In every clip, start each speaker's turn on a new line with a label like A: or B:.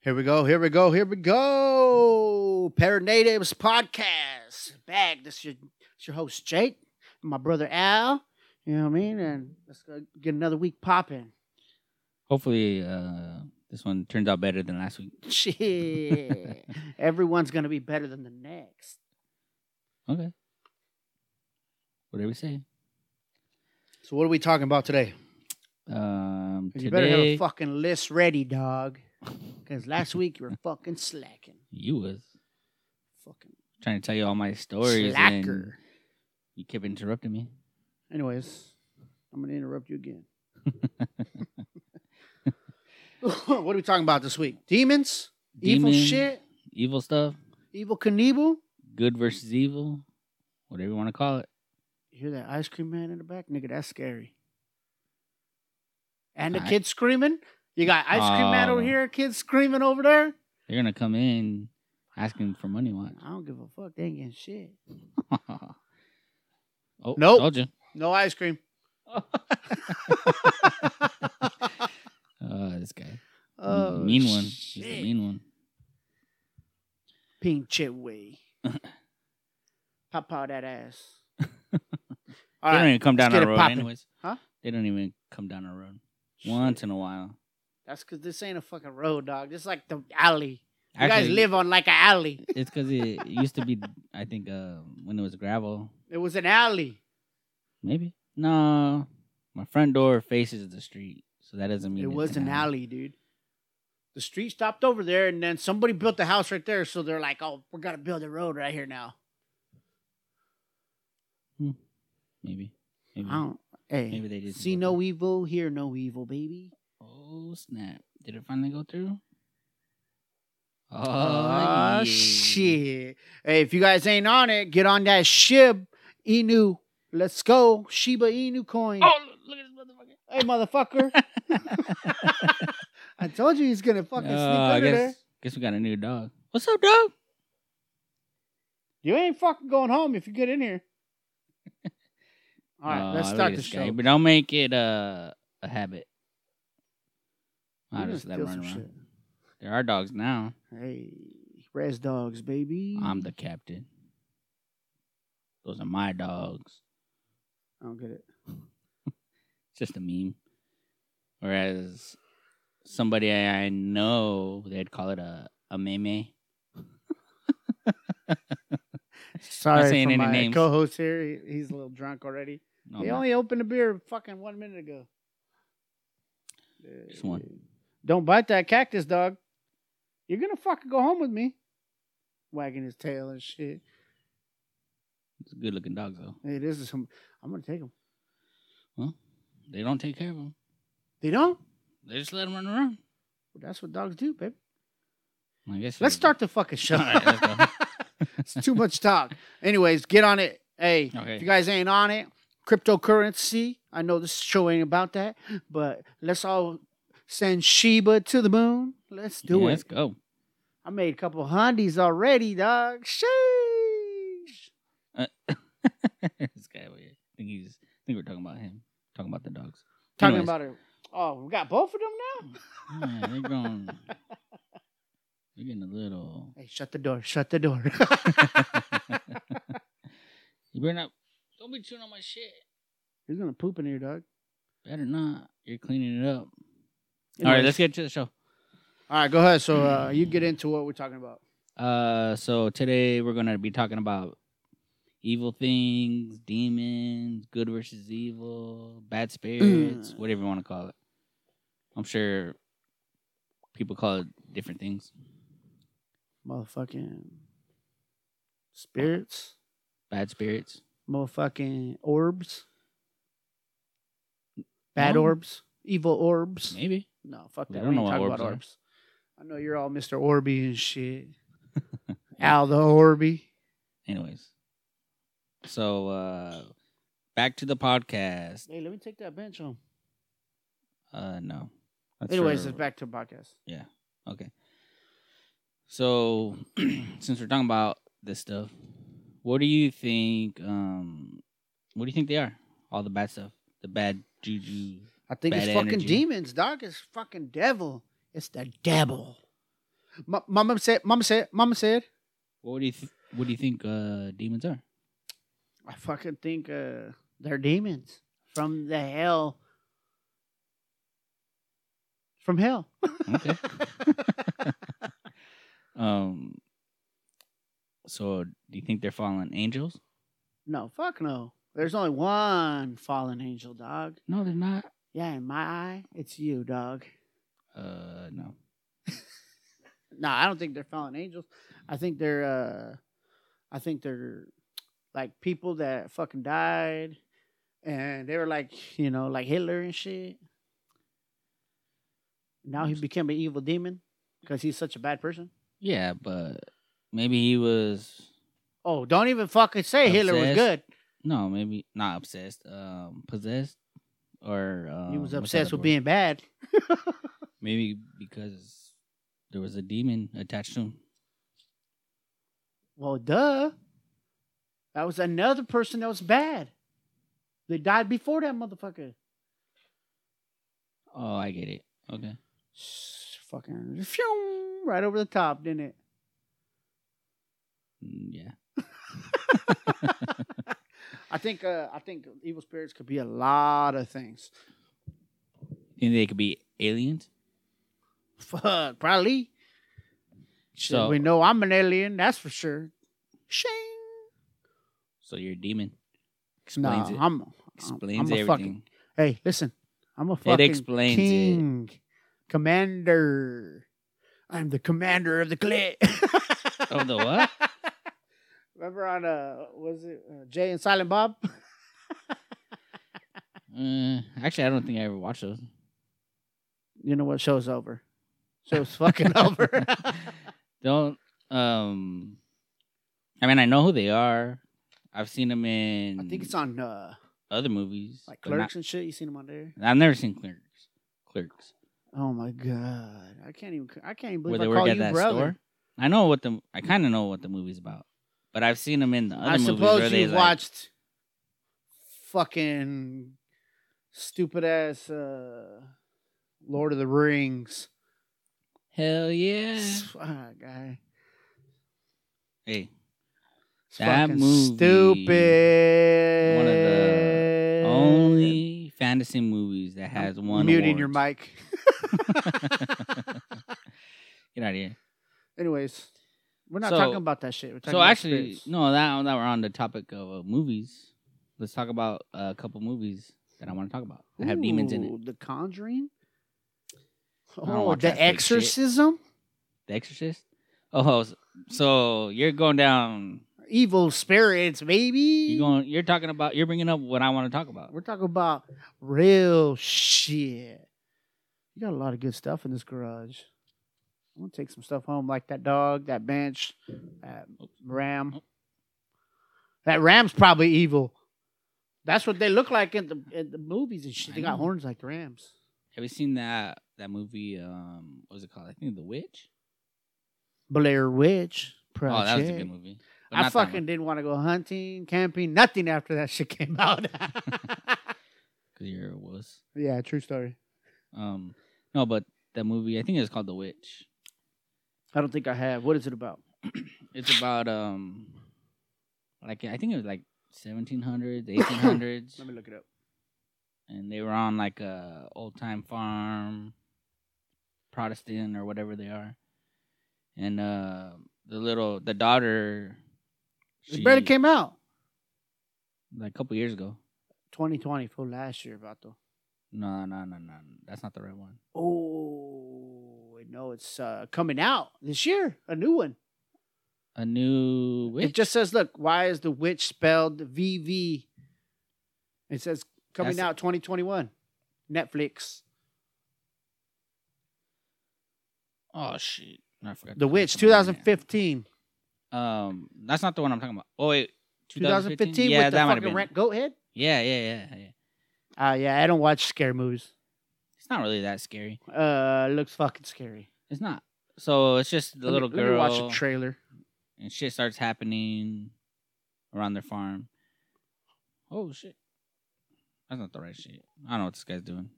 A: Here we go. Here we go. Here we go. Paranatives podcast. Back. This is your, it's your host Jake, and my brother Al. You know what I mean? And let's go get another week popping.
B: Hopefully, uh, this one turns out better than last week.
A: Shit. Everyone's gonna be better than the next.
B: Okay. Whatever you say.
A: So what are we talking about today?
B: Um,
A: You better have
B: today,
A: a fucking list ready, dog. Because last week you were fucking slacking.
B: you was
A: Fucking
B: trying to tell you all my stories, and
A: slacker.
B: you kept interrupting me.
A: Anyways, I'm gonna interrupt you again. what are we talking about this week? Demons, evil
B: Demon,
A: shit,
B: evil stuff,
A: evil Knievel.
B: good versus evil, whatever you want to call it.
A: You hear that ice cream man in the back, nigga? That's scary. And the
B: I-
A: kid screaming. You got ice cream man over
B: Oh.
A: here, kids screaming over there.
B: They're gonna come in asking for money. Watch.
A: I don't give a fuck. They ain't getting shit.
B: oh,
A: Nope.
B: told you.
A: No ice cream.
B: Uh, this guy,
A: Oh,
B: mean one. He's
A: shit.
B: the mean one.
A: Pinche way. Pop out that ass. All
B: they don't
A: right.
B: even come down
A: let's get
B: our
A: it
B: road,
A: poppin'.
B: anyways.
A: Huh?
B: They don't even come down our road once in a while.
A: That's because this ain't a fucking road, dog. This is like the alley. You guys
B: Actually,
A: live on like an alley.
B: It's because it used to be, I think, uh, when it was gravel.
A: It was an alley.
B: Maybe no, my front door faces the street, so that doesn't mean
A: It
B: it's
A: was an alley, dude. The street stopped over there, and then somebody built the house right there. So they're like, "Oh, we're gonna build a road right here now."
B: Hmm, Maybe, maybe.
A: I don't. Hey,
B: Hmm. Maybe they just
A: see
B: built
A: no evil, hear no evil, baby.
B: Oh snap! Did it finally go through? Oh,
A: Aw,
B: yeah.
A: shit. Hey, if you guys ain't on it, get on that Shib Inu. Let's go. Shiba Inu coin.
B: Oh, look at this
A: Hey, motherfucker.
B: motherfucker!
A: I told you he's going to fucking sneak
B: Oh, I
A: under there.
B: guess, guess we got a new dog. What's up, dog?
A: You ain't fucking going home if you get in here. All right,
B: Aw,
A: let's
B: Oh, look
A: start
B: at
A: the
B: this guy.
A: show.
B: But don't make it uh, a habit.
A: You're
B: I'll
A: gonna
B: just let
A: steal
B: him run
A: some
B: around. There are dogs now.
A: shit. Hey, res dogs, baby.
B: I'm the captain. Those are my dogs.
A: I don't get it.
B: It's just a meme. Whereas somebody I I know, they'd call it a, a meme.
A: Sorry
B: saying
A: for
B: any
A: my
B: names.
A: co-host here. He- he's a little drunk already.
B: No,
A: he
B: I'm not.
A: only opened a beer fucking one minute ago.
B: Just one.
A: Don't bite that cactus, dog. You're gonna fucking go home with me. Wagging his tail and shit.
B: It's a good looking dog, though.
A: It is some. I'm gonna take him.
B: They don't take care of them,
A: They don't.
B: they just let them run around.
A: Well, that's what dogs do, baby.
B: I guess
A: Let's
B: it-
A: start the fucking show.
B: All right, let's go.
A: it's too much talk. Anyways, get on it. Hey, if
B: Okay.
A: you guys ain't on it, cryptocurrency. I know this show ain't about that, but let's all send Sheba to the moon. Let's do
B: Yeah,
A: it.
B: Let's go.
A: I made a couple hundies already, dog. Sheesh.
B: this guy over here. I think he's. I think we're talking about him. Talking about the dogs.
A: Talking
B: Anyways.
A: about it. Oh, we got both of them now?
B: Yeah, they're going. They're getting a little.
A: Hey, shut the door. Shut the door.
B: you better not. Don't be chewing on my shit.
A: He's going to poop in here, dog.
B: Better not. You're cleaning it up. All right,
A: Anyways.
B: let's get to the show.
A: All right, go ahead. So uh, you get into what we're talking about.
B: Uh, so today we're gonna be talking about evil things, demons, good versus evil, bad spirits, whatever you want to call it. I'm sure people call it different things.
A: Motherfucking spirits,
B: Bad spirits,
A: motherfucking orbs, bad
B: No.
A: orbs, evil orbs.
B: maybe.
A: No, fuck
B: We
A: that.
B: don't
A: We
B: know
A: ain't
B: what
A: talking
B: orbs
A: about
B: are.
A: orbs. I know you're all Mr. Orby and shit. Al the Orby.
B: Anyways, so uh, back to the podcast.
A: Hey, let me take that bench home.
B: Uh, no. That's
A: Anyways,
B: for-
A: it's back to the podcast.
B: Okay. So, since we're talking about this stuff, what do you think? Um, what do you think they are? All the bad stuff, the bad juju.
A: I think it's
B: Bad
A: fucking
B: energy.
A: demons, dog. It's fucking devil. It's the devil. M- mama said, mama said, mama said.
B: What do you th- What do you think uh, demons are?
A: I fucking think uh, they're demons from the hell. From hell.
B: Okay. um. So, do you think they're fallen angels?
A: no, fuck no. There's only one fallen angel, dog.
B: No, they're not.
A: Yeah, in my eye, it's you, dog.
B: Uh, no.
A: No, I don't think they're fallen angels. I think they're, uh, I think they're like people that fucking died, and they were like, you know, like Hitler and shit. Now he became an evil demon because he's such a bad person.
B: Yeah, but maybe he was
A: Oh, don't even fucking say Hitler was
B: Obsessed.
A: good.
B: no, maybe not obsessed. Um, possessed or um,
A: he was
B: what's the
A: obsessed
B: other
A: with
B: word?
A: being bad.
B: Maybe because there was a demon attached to him.
A: Well, duh. That was another person that was bad. They died before that motherfucker.
B: Oh, I get it. Okay.
A: S- Fucking phew, right over the top, didn't it?
B: Mm, Yeah.
A: I think uh, I think evil spirits could be a lot of things.
B: Think they could be aliens?
A: Fuck, probably. Shit,
B: So,
A: we know I'm an alien, that's for sure. Shing.
B: so you're a demon.
A: Nah,
B: Explains it.
A: I'm, I'm-
B: Explains
A: I'm a fucking
B: everything.
A: Hey, listen, I'm a fucking
B: explains it.
A: king, commander. I'm the commander of the clit.
B: Of the what?
A: Remember on uh, was it uh, Jay and Silent Bob?
B: Uh, actually, I don't think I ever watched those.
A: You know what? Show's over. Show's fucking over.
B: don't. Um. I mean, I know who they are. I've seen them in
A: I think it's on uh,
B: other movies,
A: like
B: but not-
A: Clerks and shit. You seen him on there?
B: I've never seen Clerks. Clerks.
A: Oh my god, I can't even. I can't even believe
B: Where they
A: I
B: work
A: call
B: at
A: you
B: that
A: brother.
B: store. I know what the. I kind of know what the movie's about, but I've seen them in the other
A: I
B: movies where
A: suppose
B: they
A: you
B: like,
A: watched fucking stupid ass uh, Lord of the Rings.
B: Hell yeah!
A: Fuck, guy.
B: Hey,
A: It's
B: That
A: fucking
B: movie-
A: stupid.
B: one of the only fantasy movies that has
A: I'm
B: one.
A: muting your
B: award.
A: mic.
B: Get out of here.
A: Anyways, we're not
B: So-
A: talking about that shit. We're talking
B: So
A: about
B: actually,
A: spirits.
B: no, that that we're on the topic of uh, movies. Let's talk about a couple movies that I want to talk about that have demons in it.
A: Ooh, The Conjuring.
B: don't
A: Oh,
B: watch that
A: The
B: fake shit.
A: Exorcism.
B: The Exorcist. Oh, s- so you're going down.
A: Evil spirits, baby.
B: You're going. You're talking about. You're bringing up what I want to talk about.
A: We're talking about real shit. You got a lot of good stuff in this garage. I'm gonna take some stuff home, like that dog, that bench, that ram. That ram's probably evil. That's what they look like in the in the movies and shit. They
B: I know.
A: got horns like the rams.
B: Have you seen that that movie? Um, what was it called? I think The Witch.
A: Blair Witch.
B: Oh, that was a
A: Project.
B: good movie. But
A: I
B: not that one.
A: fucking didn't want to go hunting, camping, nothing after that shit came out.
B: 'Cause you're a wuss.
A: yeah, true story.
B: Um, no, but that movie. I think it was called The Witch.
A: I don't think I have. What is it about?
B: It's about um, like I think it was like 1700s, 1800s.
A: Let me look it up.
B: and they were on like a old time farm, Protestant or whatever they are, and uh, the little the daughter,
A: It barely
B: she-
A: came out.
B: like a couple years ago.
A: 2020 for last year, Vato.
B: No, no, no, no, that's not the right one.
A: Oh, no, it's uh, coming out this year, a new one.
B: A new witch.
A: It just says, look, why is the witch spelled VV? It says coming
B: That's-
A: out 2021, Netflix.
B: oh shit, No, I forgot.
A: The
B: to put
A: Witch,
B: some on there.
A: 2015.
B: Um, that's not the one I'm talking about. Oh wait,
A: 2015,
B: 2015. Yeah,
A: with the
B: that might have
A: fucking
B: been.
A: rent goat head.
B: Yeah, yeah, yeah, yeah.
A: Uh, yeah, I don't watch scary movies.
B: It's not really that scary.
A: Uh, it looks fucking scary.
B: It's not. So it's just the
A: Let me-
B: little
A: let me
B: girl.
A: watch a trailer.
B: and shit starts happening around their farm. Oh shit. That's not the right shit. I don't know what this guy's doing.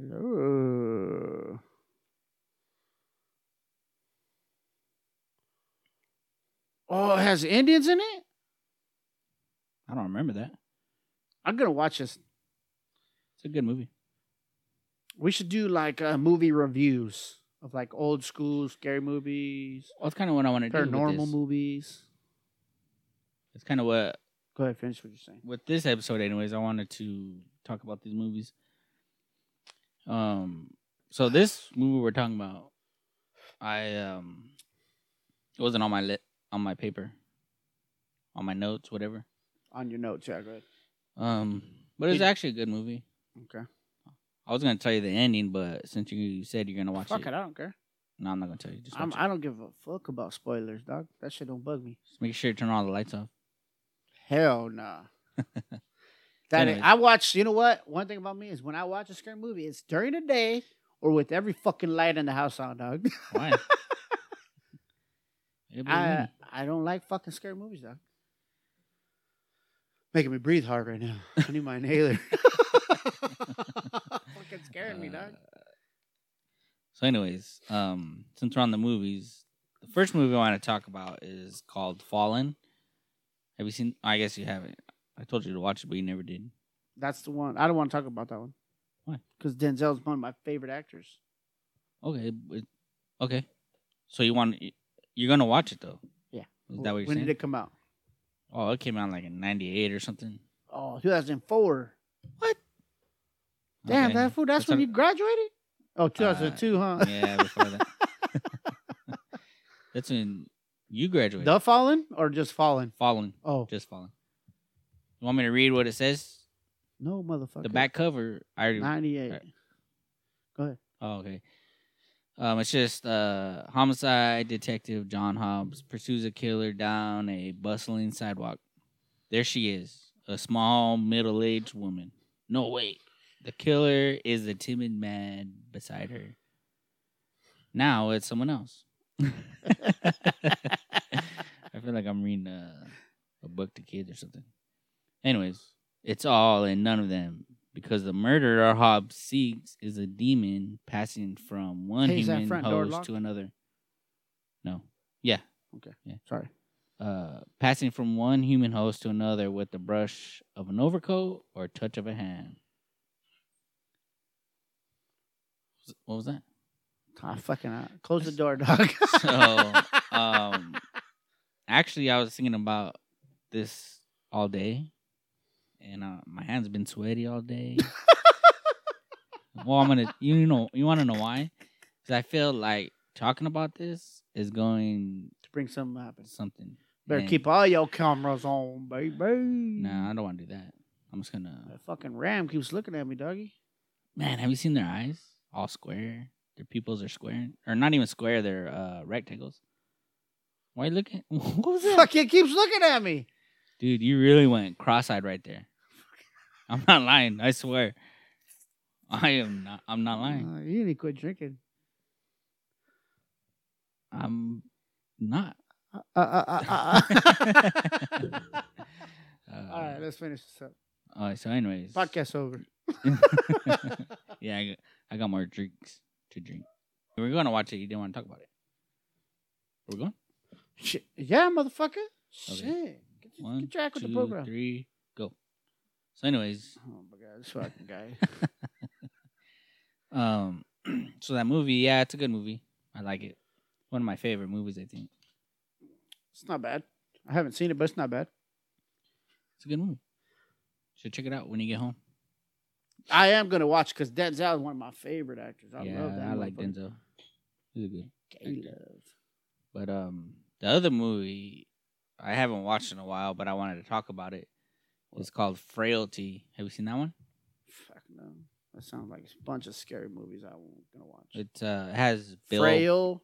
A: Ooh. Oh, has Indians in it?
B: I don't remember that.
A: I'm gonna watch this.
B: It's a good movie.
A: We should do like uh, movie reviews of like old school scary movies,
B: Well, that's kind of what I want to do. Paranormal
A: paranormal
B: movie.
A: movies.
B: It's kind of what
A: Go ahead, finish what you're saying.
B: with this episode anyways i wanted to talk about these movies um so this movie we're talking about i um it wasn't on my lit on my paper on my notes whatever
A: On your notes, yeah, go ahead.
B: um but it's actually a good movie
A: Okay.
B: i was gonna tell you the ending but since you said you're gonna watch
A: Fuck
B: it,
A: it, I don't care.
B: no i'm not gonna tell you just,
A: I'm,
B: watch it.
A: I don't give a fuck about spoilers, dog. That shit don't bug me.
B: Just make sure you turn all the lights off
A: Hell nah. that ain't-
B: Anyways.
A: I watch. You know what? One thing about me is when I watch a scary movie, it's during the day or with every fucking light in the house on, dog.
B: why It'd be
A: I
B: me.
A: I don't like fucking scary movies, dog. Making me breathe hard right now. I need my inhaler. fucking scaring me, dog.
B: Uh, So, anyways, um, since we're on the movies, the first movie I want to talk about is called Fallen. Have you seen? I guess you haven't. I told you to watch it, but you never did.
A: That's the one. I don't want to talk about that one.
B: Why?
A: Because Denzel's one of my favorite actors.
B: Okay, but, okay. So you want you're gonna watch it though?
A: Yeah.
B: Is that what you're
A: when
B: saying?
A: did it come out?
B: oh, it came out like in '98 or something.
A: Oh, 2004. Damn,
B: Okay.
A: that fool. That's,
B: That's Uh,
A: when
B: what-
A: you graduated. Oh, 2002, huh?
B: yeah, before that. That's when you graduated.
A: The Fallen or just Fallen?
B: Fallen,
A: Oh
B: just Fallen. You want me to read what it says?
A: no, motherfucker.
B: The back cover, I already
A: 98.
B: Alright.
A: Go ahead.
B: Oh, okay. Um, it's just uh, homicide detective John Hobbs pursues a killer down a bustling sidewalk. There she is, a small middle-aged woman. No, wait. The killer is the timid man beside her. Now it's someone else. I feel like I'm reading a, a book to kids or something. Anyways, it's all and none of them because the murderer Hobbs seeks is a demon passing from one
A: Hey, is that
B: human
A: front door
B: host
A: locked?
B: to another. No. Yeah.
A: Sorry.
B: Uh, passing from one human host to another with the brush of an overcoat or touch of a hand. What was that?
A: I fucking uh, close the door, dog.
B: So, um, actually, I was thinking about this all day, and uh, my hands been sweaty all day. well, I'm gonna, you know, you want to know why? Because I feel like talking about this is going
A: to bring something up.
B: to something.
A: Better
B: And-
A: keep all your cameras on, baby.
B: No, I don't want to do that. I'm just gonna.
A: That fucking ram keeps looking at me, doggy.
B: Man, have you seen their eyes? All square. Their pupils are square, or not even square. They're uh, rectangles. Why you looking? What was that?
A: Fuck, it keeps looking at me.
B: Dude, you really went cross-eyed right there. I'm not lying. I swear. I am not. I'm not lying.
A: Uh, you need to quit drinking. Uh-huh.
B: I'm not.
A: Uh, uh, uh, uh, uh.
B: Uh,
A: all right, let's finish this up.
B: all right, So, anyways,
A: Podcast over.
B: yeah, I got, I got more drinks to drink. We were going to watch it. You didn't want to talk about it. We're going.
A: Shit. Yeah, motherfucker. Shit. Get, your-
B: One,
A: get your act with the
B: two,
A: program.
B: three, go. So, anyways,
A: Oh my god, this fucking guy.
B: um, so that movie, yeah, it's a good movie. I like it. One of my favorite movies, I think.
A: it's not bad. I haven't seen it, but it's not bad.
B: It's a good movie. Should check it out when you get home.
A: I am gonna watch because Denzel is one of my favorite actors. I
B: yeah,
A: love that.
B: I like
A: motherfucker.
B: Denzel. He's good.
A: Caleb.
B: But um, the other movie I haven't watched in a while, but I wanted to talk about it. It's called Frailty. Have you seen that one?
A: Fuck no. That sounds like a bunch of scary movies I won't gonna watch.
B: It uh, has Bill
A: Frail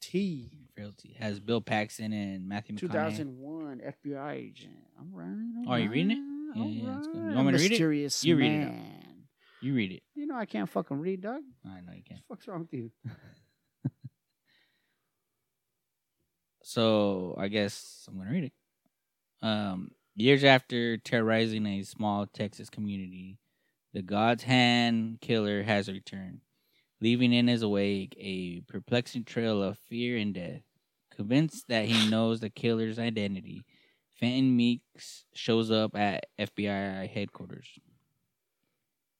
A: T.
B: Frailty It has Bill Paxton and Matthew McConaughey.
A: 2001 FBI agent. I'm right.
B: Oh, are you reading it? Yeah, yeah, it's good. You want me to read it?
A: Mysterious
B: You read it out.
A: man.
B: You read it.
A: You know I can't fucking read, dog.
B: I know you
A: What
B: can.
A: the fuck's wrong with you?
B: So I guess I'm gonna read it. Um, years after terrorizing a small Texas community, the God's Hand killer has returned, leaving in his wake a perplexing trail of fear and death. Convinced that he knows the killer's identity, Fenton Meeks shows up at FBI headquarters.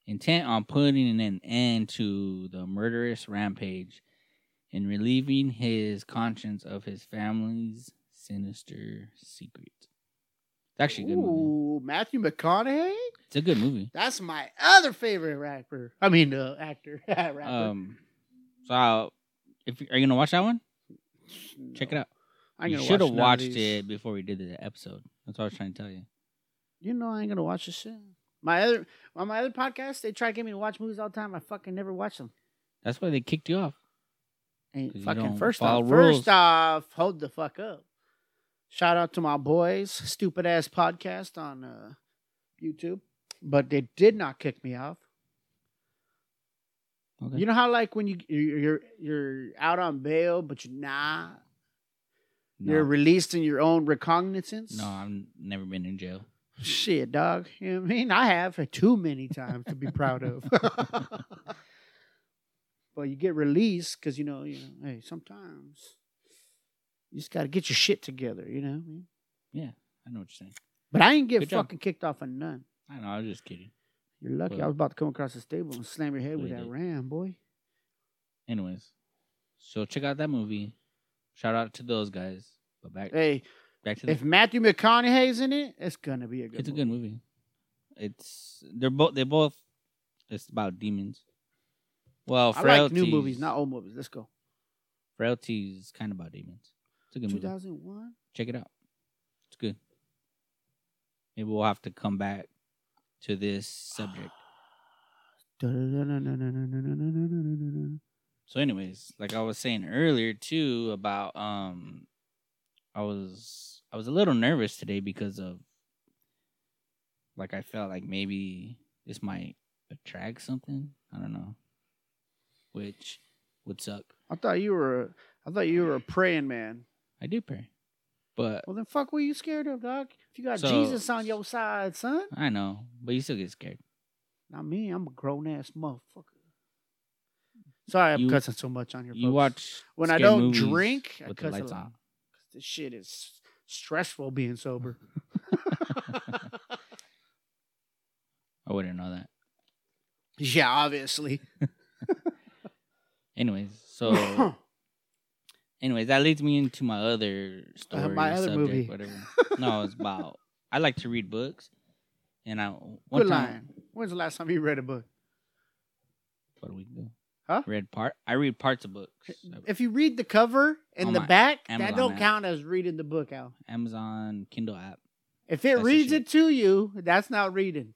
B: Intent on putting an end to the murderous rampage and relieving his conscience of his family's sinister secret. It's actually a good movie.
A: Ooh, Matthew McConaughey?
B: It's a good movie.
A: That's my other favorite rapper. I mean, uh, actor. rapper.
B: Um, so I'll, if are you gonna watch that one, check it out.
A: I
B: you should have watched it before we did the episode. That's what I was trying to tell you.
A: You know I ain't gonna watch this shit. My other on my other podcast, they try to get me to watch movies all the time. I fucking never watch them.
B: That's why they kicked you off.
A: Ain't
B: 'Cause you
A: fucking
B: don't
A: first
B: follow
A: off,
B: rules.
A: first off, hold the fuck up. Shout out to my boys, stupid ass podcast on uh, YouTube, but they did not kick me off.
B: Okay.
A: You know how like when you you're you're- you're out on bail, but you're not.
B: No.
A: You're released in your own recognizance.
B: No, I've never been in jail.
A: Shit, dog. You know what I mean? I have too many times to be proud of. but you get released because you know, you know, hey, sometimes you just gotta get your shit together, you know what I mean?
B: I know what you're saying.
A: But I didn't get
B: Good job.
A: fucking kicked off of none.
B: I know. I was just kidding.
A: You're lucky I
B: Well-
A: was about to come across the stable and slam your head
B: Well,
A: with
B: you
A: that
B: did.
A: ram, boy.
B: Anyways, so check out that movie. Shout out to those guys. But back
A: Hey,
B: back to the
A: if Matthew McConaughey's in it, it's gonna be a good
B: It's a
A: movie.
B: good movie. It's they're both they both. It's about demons. Well,
A: I
B: frailties,
A: like new movies, not old movies. Let's go.
B: frailties. is Kind of about demons. It's a good movie.
A: 2001?
B: Check it out. It's good. Maybe we'll have to come back to this subject. So, anyways, like I was saying earlier too about um, I was I was a little nervous today because of like I felt like maybe this might attract something. I don't know, which would suck.
A: I thought you were a, I thought you were a praying man.
B: I do pray, but
A: Well then fuck what you scared of, dog? If you got
B: So-
A: Jesus on your side, son.
B: I know, but you still get scared.
A: Not me, I'm a grown ass motherfucker. Sorry I'm
B: You-
A: cussing so much on here.
B: You
A: folks.
B: watch
A: When I
B: scary
A: don't
B: movies
A: drink, I
B: with the
A: cuss a
B: lights
A: lot.
B: on.
A: this shit is stressful being sober.
B: I wouldn't know that.
A: yeah, obviously.
B: Anyways, so. Anyways, that leads me into my other story,
A: Uh, my other
B: subject,
A: movie.
B: whatever. No, it's about. I like to read books, and I one
A: Good
B: time
A: line. When's the last time you read a book?
B: what do we do?
A: Huh?
B: Read part. I read parts of books.
A: If you read the cover and
B: On
A: the
B: my
A: back, that
B: Amazon
A: don't
B: app.
A: count as reading the book out.
B: Amazon Kindle app.
A: If it
B: That's the
A: reads
B: shit.
A: it to you, that's not reading.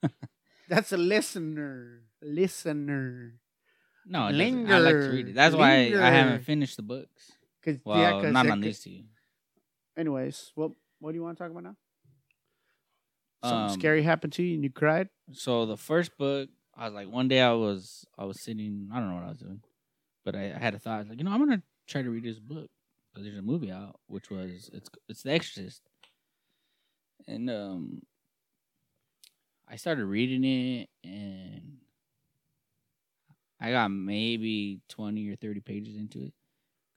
A: that's a listener. Listener.
B: No, it doesn't. I like to read it. That's why I, I haven't
A: Linger.
B: finished the books.
A: Cause, yeah,
B: Well,
A: 'cause
B: not
A: it
B: on
A: could-
B: these two.
A: Anyways, what what do you want to talk about now?
B: Um,
A: Something scary happened to you and you cried?
B: So the first book, I was like, one day I was I was sitting. I don't know what I was doing, but I, I had a thought. I was like, you know, I'm gonna try to read this book because there's a movie out, which was it's it's The Exorcist, and um, I started reading it, and I got maybe twenty or thirty pages into it.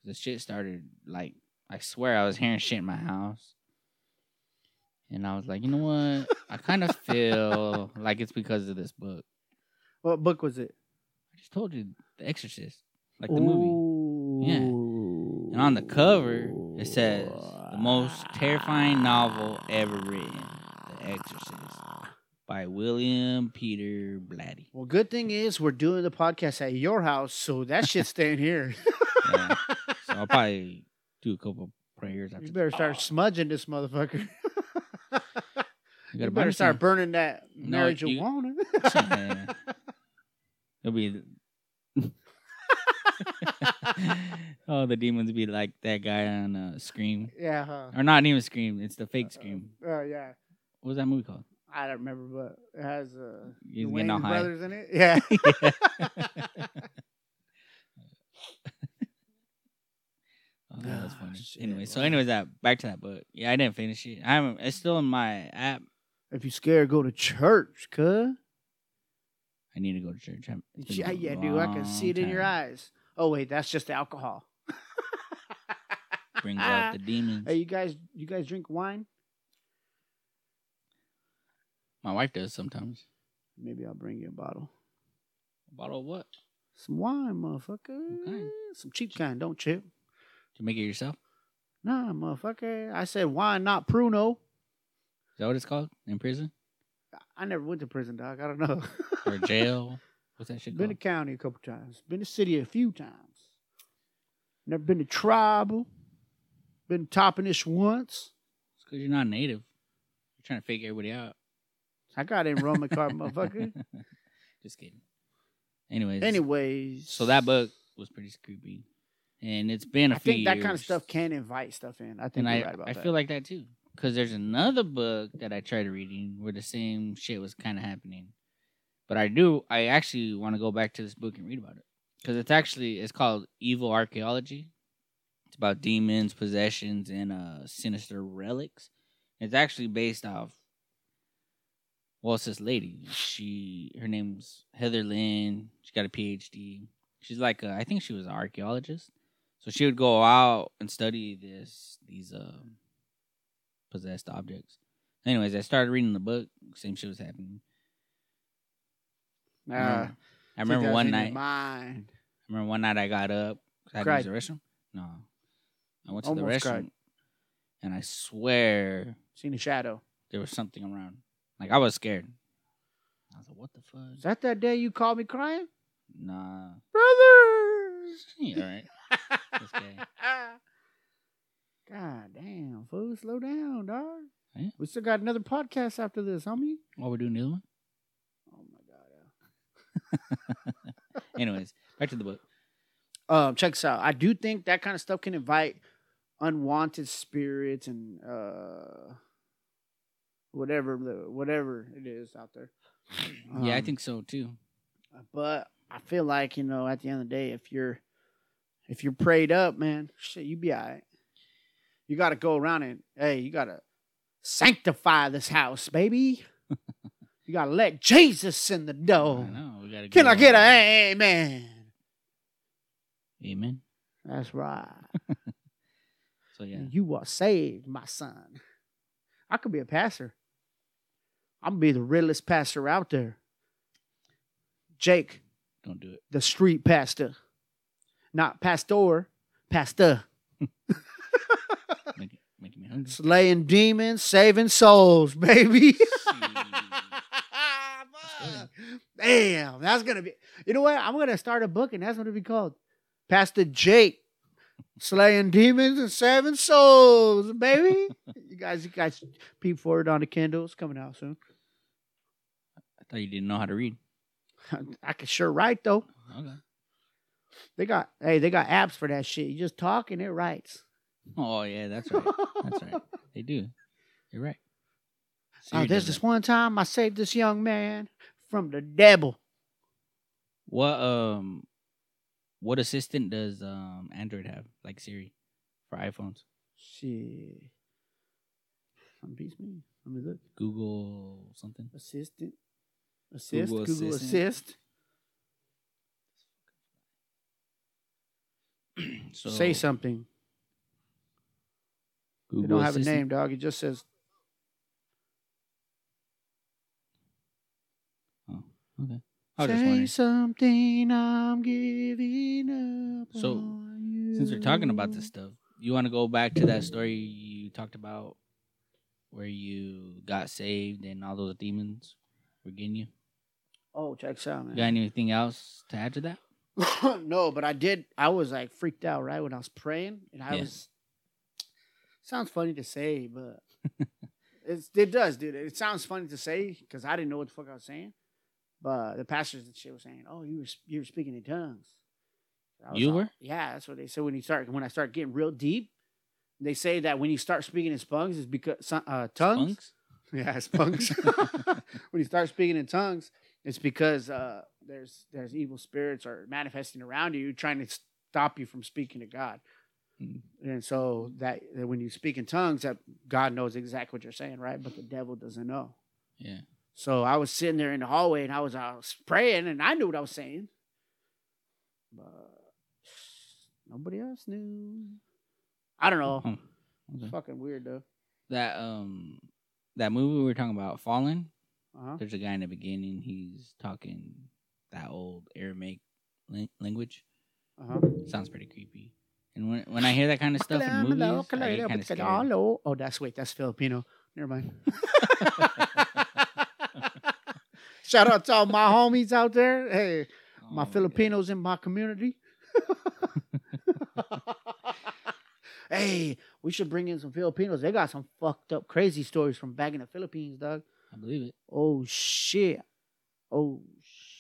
B: The shit started like I swear I was hearing shit in my house. And I was like, you know what? I kind of feel like it's because of this book.
A: What book was it?
B: I just told you, The Exorcist, like the movie.
A: Ooh.
B: Yeah. And on the cover, it says, "The most terrifying novel ever written, The Exorcist." by William Peter Blatty.
A: Well, good thing is we're doing the podcast at your house, so that shit's staying here.
B: Yeah. So I'll probably do a couple prayers after.
A: you better
B: Oh,
A: start smudging this motherfucker.
B: You
A: you
B: gotta
A: better
B: burn
A: start
B: some.
A: burning that
B: No, you-
A: marijuana.
B: Yeah. It'll be. oh, the demons be like that guy on uh, Scream,
A: yeah. Huh?
B: or not even Scream. It's the fake Scream.
A: Oh yeah.
B: What was that movie called?
A: I don't remember, but it has uh,
B: He's
A: the
B: getting all
A: Wayans
B: high.
A: brothers in it. Yeah.
B: Oh, that was
A: Ah,
B: funny.
A: shit,
B: anyway, so
A: wow.
B: anyways, that back to that book. Yeah, I didn't finish it. I haven't. It's still in my app.
A: if you scared, go to church, cuh.
B: I need to go to church. I'm- it's been
A: Yeah,
B: a
A: yeah, dude. I can see
B: long
A: it in your
B: time.
A: eyes. Oh wait, that's just alcohol.
B: brings out the demons.
A: Hey, you guys, you guys drink wine?
B: My wife does sometimes.
A: Maybe I'll bring you a bottle.
B: A bottle of what?
A: Some wine, motherfucker.
B: What kind?
A: Some cheap kind, don't chip.
B: Do you make it yourself?
A: Nah, motherfucker. I said wine, not pruno.
B: Is that what it's called in prison
A: I never went to prison, dog. I don't know.
B: or jail? What's that shit
A: been to
B: called?
A: county a couple times. Been to city a few times. Never been to tribal. Been topping-ish once.
B: It's because you're not native. You're trying to fake everybody out.
A: I got in Roman car, motherfucker.
B: Just kidding. Anyways,
A: Anyways,
B: so that book was pretty creepy, and it's been a
A: I
B: few
A: think that kind of
B: years.
A: stuff can invite stuff in. I think
B: and
A: you're
B: I,
A: right about
B: I
A: that.
B: feel like that too. Because there's another book that I tried reading where the same shit was kind of happening. But I do, I actually want to go back to this book and read about it. Because it's actually, it's called Evil Archaeology. It's about demons, possessions, and uh, sinister relics. It's actually based off, well, it's this lady. She, her name's Heather Lynn. She got a PhD. She's like, a, I think she was an archaeologist. So she would go out and study this these uh, possessed objects. Anyways, I started reading the book. Same shit was happening. I
A: Nah,
B: remember- I remember one night. I
A: Mind.
B: remember one night I got up. 'cause I had to
A: Cried.
B: use the restroom. No, I went to the restroom,
A: Almost cried.
B: and I swear
A: Seen a shadow.
B: there was something around. Like I was scared. I was like, "What the fuck?"
A: Is that that day you called me crying,
B: nah.
A: brothers?
B: Yeah, all right. This guy.
A: God damn, fool, slow down, dog.
B: Yeah.
A: We still got another podcast after this, homie.
B: While we're doing the other one.
A: Oh my god. yeah.
B: Anyways, back to the book.
A: um, check this out. I do think that kind of stuff can invite unwanted spirits and uh, whatever the whatever it is out there.
B: yeah, I
A: Um,
B: think so too.
A: But I feel like you know, at the end of the day, if you're if you're prayed up, man, shit, you be alright. You got to go around and hey, you got to sanctify this house, baby. you got to let Jesus in the door.
B: I know. We gotta
A: oh. Can
B: go
A: I get
B: on.
A: a amen?
B: Amen.
A: That's right.
B: So yeah.
A: You are saved, my son. I could be a pastor. I'm gonna be the realest pastor out there. Jake,
B: Don't do it.
A: the street pastor. Not pastor, pastor.
B: Make, making me hungry.
A: Slaying demons, saving souls, baby.
B: good.
A: Damn, that's gonna be you know what? I'm gonna start a book and that's what it'll be called. Pastor Jake. Slaying demons and saving souls, baby. you guys, you guys peep forward on the Kindle. It's coming out soon.
B: I thought you didn't know how to read.
A: I can sure write though.
B: Okay.
A: They got hey, they got apps for that shit. You just talk and it writes.
B: Oh yeah, that's right. That's right. They do. You're right.
A: Oh,
B: Siri
A: there's
B: does
A: this
B: that.
A: one time I saved this young man from the devil.
B: What um, what assistant does um Android have like Siri for iPhones?
A: Shit. Some beats me. Let me look.
B: Google something.
A: Assistant. Assist. Google,
B: Google
A: Assist.
B: Assistant. so
A: Say something.
B: Google
A: they don't have
B: Assistant.
A: a name, dog. It just says
B: Okay. I was just
A: Say
B: wondering.
A: something I'm giving up.
B: So,
A: on you.
B: Since we're talking about this stuff, you want to go back to that story you talked about where you got saved and all those demons were getting you?
A: Oh, check this out, man.
B: You got anything else to add to that?
A: no, but I did. I was like freaked out, right? When I was praying, and I
B: Yeah.
A: was. Sounds funny to say, but it's, it does, dude. It sounds funny to say because I didn't know what the fuck I was saying. But the pastors and shit were saying, "Oh, you were you were speaking in tongues." I was
B: You
A: all-
B: were?
A: Yeah, that's what they said when you start. When I start getting real deep, they say that when you start speaking in tongues, it's because uh, tongues.
B: Punks?
A: Yeah, it's punks. when you start speaking in tongues, it's because uh, there's there's evil spirits are manifesting around you, trying to stop you from speaking to God.
B: Mm.
A: And so that, that when you speak in tongues, that God knows exactly what you're saying, right? But the devil doesn't know.
B: Yeah.
A: So I was sitting there in the hallway, and I was I was praying, and I knew what I was saying, but nobody else knew. I don't know.
B: Oh,
A: It's
B: okay.
A: fucking weird though.
B: That um, that movie we were talking about, Fallen.
A: Uh-huh.
B: There's a guy in the beginning. He's talking that old Aramaic lin- language.
A: Uh-huh.
B: Sounds pretty creepy. And when when I hear that kind of stuff in movies, I get kind of scared.
A: Oh, that's wait, that's Filipino. Never mind. Shout out to all my homies out there. Hey, my
B: Oh,
A: Filipinos in my community. hey, we should bring in some Filipinos. They got some fucked up crazy stories from back in the Philippines, dog.
B: God, I believe it.
A: Oh shit. Oh.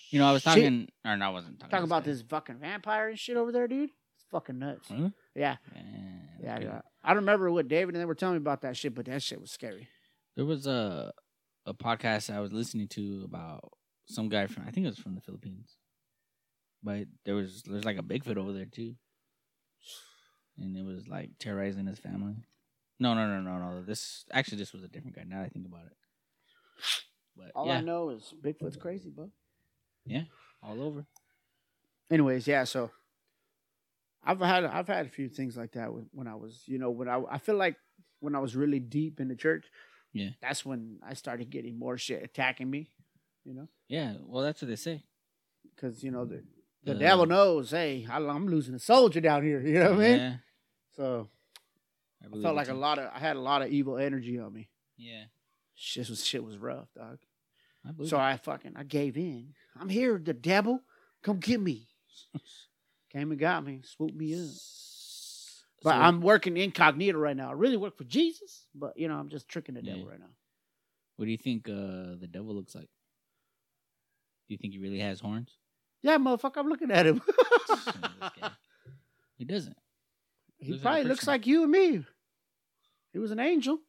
B: You know, I was
A: shit.
B: talking, or no, I wasn't talking.
A: talking
B: to
A: about
B: guy.
A: this fucking vampire and shit over there, dude. It's fucking nuts.
B: Really?
A: Yeah,
B: Man,
A: yeah,
B: okay.
A: yeah. I don't remember what David and they were telling me about that shit, but that shit was scary.
B: There was a a podcast I was listening to about some guy from I think it was from the Philippines, but there was there's like a Bigfoot over there too, and it was like terrorizing his family. No, no, no, no, no. This actually this was a different guy. Now that I think about it, but
A: All
B: yeah,
A: I know is Bigfoot's crazy, bro.
B: all over.
A: Anyways, yeah. So I've had I've had a few things like that when, when I was you know when I I feel like when I was really deep in the church.
B: Yeah.
A: That's when I started getting more shit attacking me, you know,
B: Yeah, well that's what they say.
A: because you know the the
B: Uh,
A: devil knows. Hey, I, I'm losing a soldier down here. You know what I mean?
B: Yeah,
A: So
B: I
A: I
B: believe
A: felt
B: it
A: like a
B: too.
A: lot of I had a lot of evil energy on me.
B: Yeah,
A: Shit was shit was rough, dog.
B: I believe.
A: So
B: it.
A: I fucking I gave in. I'm here, the devil. Come get me. Came and got me, swooped me up. But
B: So-
A: I'm working incognito right now. I really work for Jesus, but you know I'm just tricking the
B: Yeah.
A: devil right now.
B: What do you think uh, the devil looks like? Do you think he really has horns?
A: Yeah, motherfucker, I'm looking at him.
B: he doesn't.
A: he
B: Looks like a
A: probably looks
B: person.
A: like you and me. He was an angel,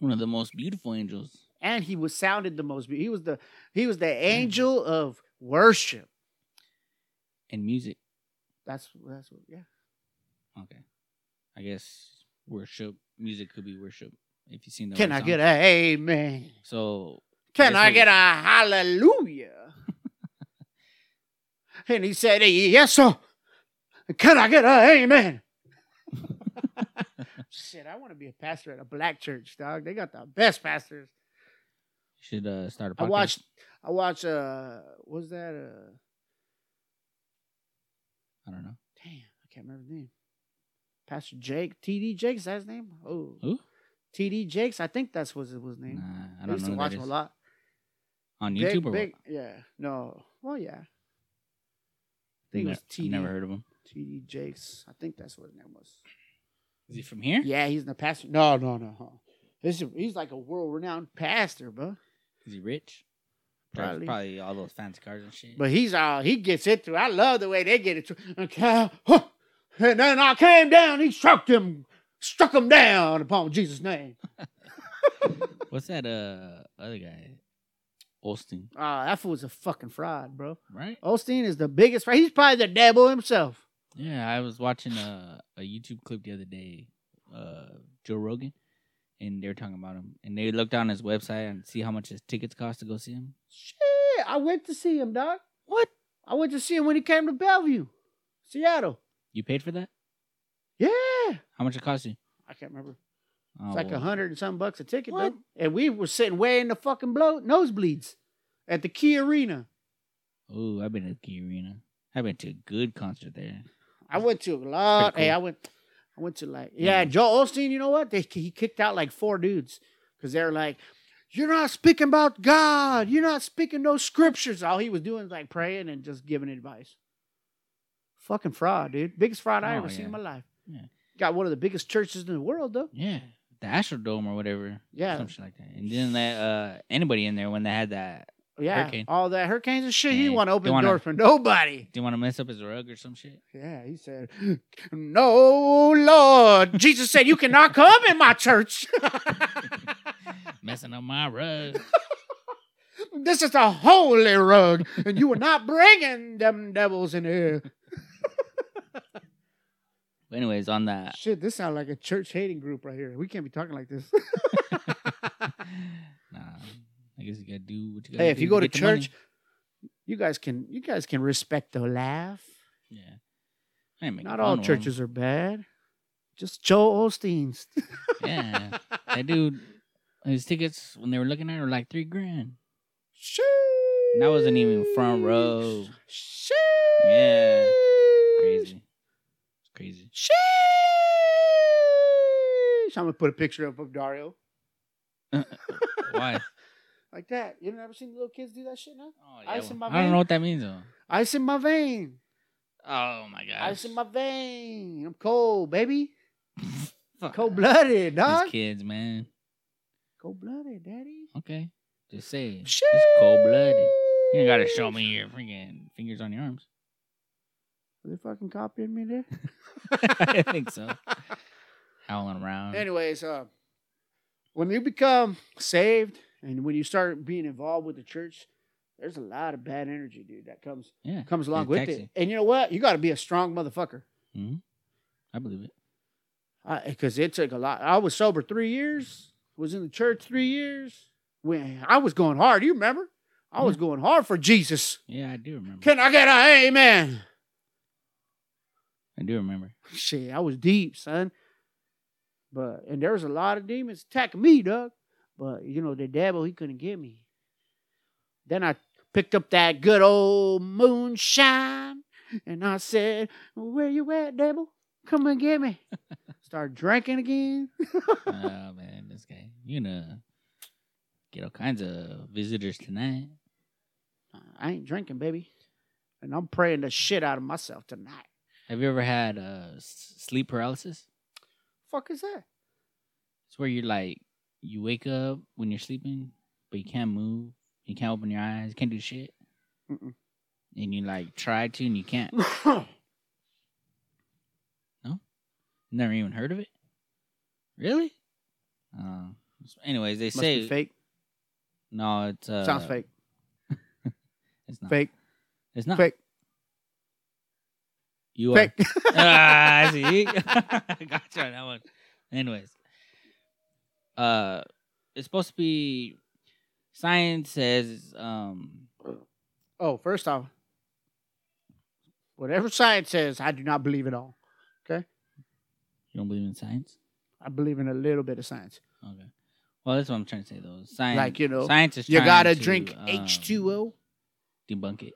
B: One of the most beautiful angels.
A: and he was sounded the most. He was the he was the angel of worship.
B: And music.
A: That's that's what, yeah.
B: Okay. I guess worship music could be worship. If you've seen the
A: Can
B: right
A: I
B: song.
A: get a amen?
B: so
A: Can
B: That's
A: I
B: what
A: get
B: he
A: a hallelujah? and he said, Yes, sir. Can I get a amen? Shit, I want to be a pastor at a black church, dog. They got the best pastors.
B: should uh, start a
A: I
B: podcast?
A: watched, I watched, uh, what was that? Uh,
B: I don't know.
A: damn, I can't remember his name. Pastor Jake, TD Jakes, that's his name? Oh,
B: Who?
A: TD Jakes, I think that's what it was his name.
B: Nah, I
A: I,
B: don't
A: used
B: know.
A: to
B: who
A: watch
B: that
A: him a
B: is.
A: lot.
B: On YouTube
A: Big,
B: or
A: big,
B: what?
A: yeah, no, well, yeah, I
B: Ne-
A: think it was
B: I've
A: TD.
B: never heard of him.
A: TD Jakes. I think that's what his name was.
B: Is he from here?
A: Yeah, he's the pastor. No, no, no. huh. This is- he's like a world renowned pastor, bro.
B: Is he rich? Drives
A: Probably.
B: probably all those fancy cars and shit.
A: But he's all he gets it through. I love the way they get it through. Okay, huh. And then I came down, he struck him, struck him down upon Jesus' name.
B: What's that uh other guy? Austin,
A: Ah, that fool was a fucking fraud, bro.
B: right?
A: Osteen is the biggest fraud. He's probably the devil himself.
B: Yeah, I was watching a, a YouTube clip the other day, uh, Joe Rogan, and they were talking about him. And they looked on his website and see how much his tickets cost to go see him.
A: Shit, I went to see him, dog. What? I went to see him when he came to Bellevue, Seattle.
B: You paid for that?
A: Yeah,
B: How much it cost you?
A: I can't remember.
B: Oh,
A: It's like a
B: well,
A: hundred and something bucks a ticket,
B: What?
A: though. And we were sitting way in the fucking blow nosebleeds at the Key Arena.
B: Ooh, I've been to the Key Arena. I've been to a good concert there.
A: I went to a lot.
B: Pretty
A: Hey,
B: cool. Mm.
A: I went. I went to like yeah,
B: Yeah.
A: Joel Osteen. You know what? They, he kicked out like four dudes because they're like, "You're not speaking about God. You're not speaking those scriptures." All he was doing was like praying and just giving advice. Fucking fraud, dude. Biggest fraud I
B: Oh,
A: ever seen in
B: yeah.
A: my life.
B: Yeah.
A: Got one of the biggest churches in the world though.
B: Yeah, the Astrodome or whatever.
A: Yeah.
B: some shit like that. And then that uh, anybody in there when they had that
A: Yeah,
B: Hurricane.
A: all that hurricanes and shit. He
B: Yeah.
A: want to open
B: They wanna-
A: doors for nobody.
B: didn't want to mess up his rug or some shit.
A: Yeah, he said, No, Lord. Jesus said, You cannot come in my church.
B: Messing up my rug.
A: this is the holy rug, and you are not bringing them devils in here.
B: But anyways, on that
A: Shit, this sounds like a church hating group right here. We can't be talking like this.
B: nah, I guess you gotta do what you gotta
A: hey,
B: do.
A: if you go to
B: get the money.
A: church, you guys can you guys can respect the laugh.
B: yeah, I ain't making
A: Not
B: fun
A: all
B: of 'em.
A: churches are bad. Just Joe Osteen's.
B: Yeah. That dude, his tickets when they were looking at it were like three grand.
A: Shoo.
B: And I wasn't even front row.
A: Shoo.
B: Yeah. Crazy. It's crazy.
A: Sheesh. I'm gonna put a picture up of Dario
B: Why?
A: like that. You never seen little kids do that shit now?
B: Oh,
A: Ice in my
B: I don't
A: vein.
B: know what that means though.
A: Ice in my vein.
B: Oh my god.
A: Ice in my vein. I'm cold, baby.
B: Fuck.
A: Cold blooded,
B: These
A: dog.
B: kids, man.
A: Cold blooded, daddy.
B: Okay. Just say it.
A: Sheesh.
B: it's cold blooded. You ain't gotta show me your freaking fingers on your arms.
A: Are they fucking copying me there?
B: I think so. Howling around.
A: Anyways, uh, when you become saved and when you start being involved with the church, there's a lot of bad energy, dude, that comes
B: yeah.
A: comes along
B: It
A: with
B: attacks
A: it.
B: you.
A: And you know what? You got to be a strong motherfucker.
B: I believe it.
A: because it took a lot. I was sober three years. Was in the church three years. When I was going hard, you remember? I was going hard for Jesus.
B: Yeah, I do remember.
A: Can I get a amen?
B: I do remember.
A: Shit, I was deep, son. But and there was a lot of demons attacking me, dog. But you know the devil, he couldn't get me. Then I picked up that good old moonshine, and I said, "Where you at, devil? Come and get me." Start drinking again.
B: oh man, this guy. You gonna get all kinds of visitors tonight.
A: I ain't drinking, baby. And I'm praying the shit out of myself tonight.
B: Have you ever had uh s- sleep paralysis?
A: Fuck is that?
B: It's where you're like you wake up when you're sleeping, but you can't move, you can't open your eyes, you can't do shit.
A: Mm-mm.
B: And you like try to and you can't. Never even heard of it. Really? Uh, anyways, they
A: Must
B: say
A: be fake.
B: no. It's uh,
A: Sounds fake.
B: It's not
A: Fake.
B: It's not
A: Fake.
B: You are.
A: Fake.
B: ah, I see. gotcha on that one. Anyways, uh, it's supposed to be. Science says, um,
A: Oh, first off, whatever science says, I do not believe it all.
B: you don't believe in science.
A: I believe in a little bit of science.
B: Okay. Well, that's what I'm trying to say though. Science,
A: Like, you know,
B: science is
A: You
B: trying
A: gotta
B: to,
A: drink
B: um,
A: H2O.
B: Debunk it.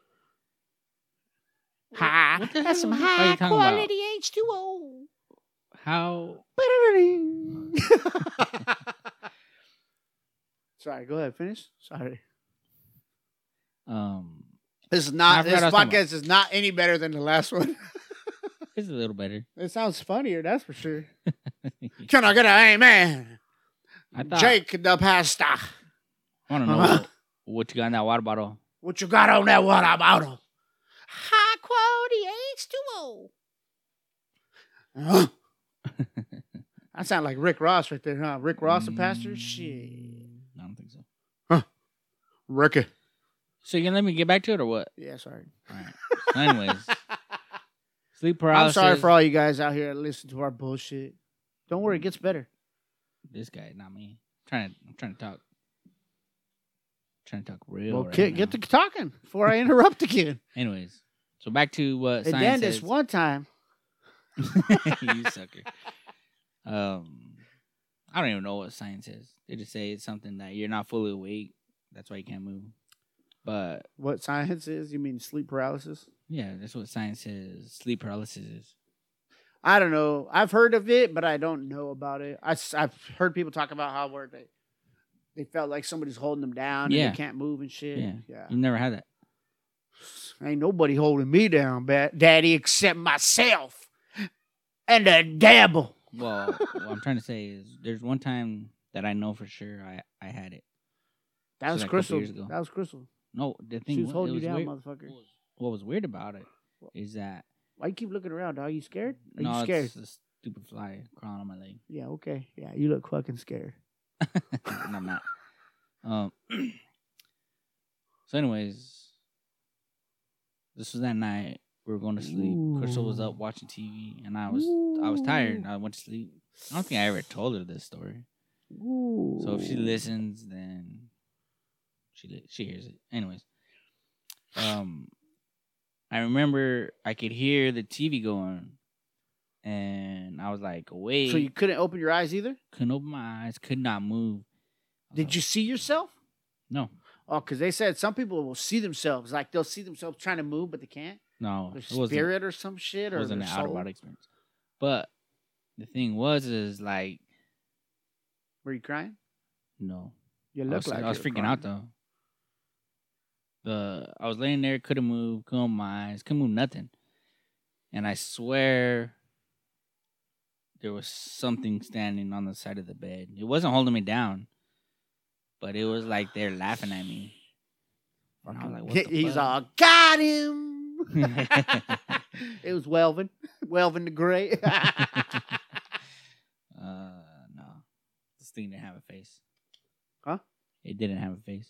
A: Hi.
B: what the
A: That's some
B: hell are you
A: high
B: talking about?
A: quality H2O.
B: How?
A: Sorry, go ahead, finish. Sorry.
B: Um,
A: This is
B: I
A: not
B: forgot
A: this
B: I was talking about-
A: podcast is not any better than the last one.
B: it's a little better.
A: It sounds funnier, that's for sure.
B: I
A: Can I get an amen?
B: thought.
A: Jake Uh-huh. the pasta.
B: I want to know what, what you got in that water bottle.
A: What you got on that water bottle? High quality H2O. I sound like Rick Ross right there, huh? Rick Ross, the pastor?
B: Mm,
A: Shit.
B: I don't think so.
A: Ricky.
B: So you gonna let me get back to it or what?
A: Yeah, sorry.
B: All right. So anyways, sleep
A: I'm
B: paralysis.
A: sorry for all you guys out here that listen to our bullshit. Don't worry, it gets better.
B: this guy, not me. I'm trying to, I'm trying to talk. trying to talk real.
A: Well,
B: right
A: get, get
B: now.
A: to talking before I interrupt again.
B: Anyways, so back to
A: And
B: what
A: then
B: science
A: this
B: says.
A: one time,
B: you sucker. Um, I don't even know what science is. They just say it's something that you're not fully awake. That's why you can't move. But
A: what science is? You mean sleep paralysis?
B: yeah, that's what science is. Sleep paralysis is.
A: I don't know. I've heard of it, but I don't know about it. I, have heard people talk about how where they they felt like somebody's holding them down and
B: Yeah.
A: they can't move and shit.
B: Yeah.
A: Yeah.
B: You never had that.
A: Ain't nobody holding me down, ba- daddy, except myself and the devil.
B: Well, what I'm trying to say is there's one time that I know for sure I, I had it.
A: That
B: So
A: was
B: like a couple
A: Crystal.
B: years ago.
A: That was Crystal.
B: No, the thing
A: She was
B: wa- it
A: holding you
B: was
A: down,
B: weird-
A: motherfucker.
B: What was weird about it is that
A: Why you keep looking around, dog? You scared? Are
B: no,
A: you scared?
B: it's a stupid fly crawling on my leg.
A: Yeah, okay. Yeah, you look fucking scared.
B: and I'm not. Um, so, anyways, this was that night. We were going to sleep. Crystal was
A: Ooh.
B: up watching TV, and I was I was tired. And I went to sleep. I don't think I ever told her this story.
A: Ooh.
B: So if she listens, then she li- she hears it. Anyways, um, I remember I could hear the TV going, and I was like awake.
A: So you couldn't open your eyes either?
B: couldn't open my eyes, could not move. Uh-huh.
A: Did you see yourself?
B: No,
A: Oh, because they said some people will see themselves. Like they'll see themselves trying to move, but they can't.
B: no,
A: Their
B: it wasn't.
A: spirit or some shit
B: it
A: or
B: was an
A: their
B: out of
A: soul?
B: body experience. But the thing was, is like
A: Were you crying?
B: no,
A: You
B: I
A: look
B: was,
A: like
B: I was
A: you were
B: freaking out
A: crying.
B: though. The I was laying there, couldn't move, couldn't open my eyes, couldn't move nothing, and I swear there was something standing on the side of the bed. It wasn't holding me down, but it was like they're laughing at me. And I was like, what the
A: He's
B: fuck?
A: all got him. it was Welvin, Welvin the Great.
B: Uh, no. This thing didn't have a face.
A: Huh?
B: It didn't have a face.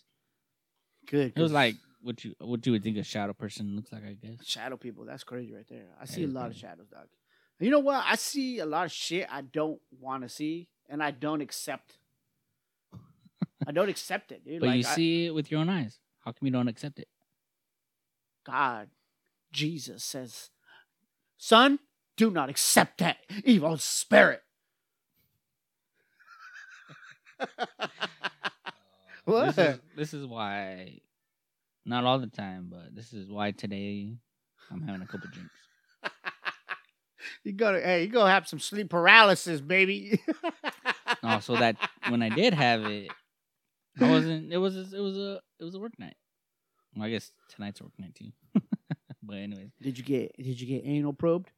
A: Good.
B: It was
A: 'cause
B: like what you what you would think a shadow person looks like, I guess.
A: shadow people. That's crazy right there. I
B: That
A: see a
B: is
A: lot of
B: crazy.
A: shadows, dog. You know what? I see a lot of shit I don't want to see, and I don't accept. I don't accept it, dude.
B: But
A: like,
B: you
A: I-
B: see it with your own eyes. How come you don't accept it?
A: God, Jesus says, Son, do not accept that evil spirit. What?
B: This is, this is why not all the time, but this is why today I'm having a couple drinks.
A: you gonna hey, you gonna have some sleep paralysis, baby.
B: No, Oh, so that when I did have it, I wasn't it was it was a it was a work night. Well, I guess tonight's a work night too. but anyways,
A: Did you get did you get anal probed?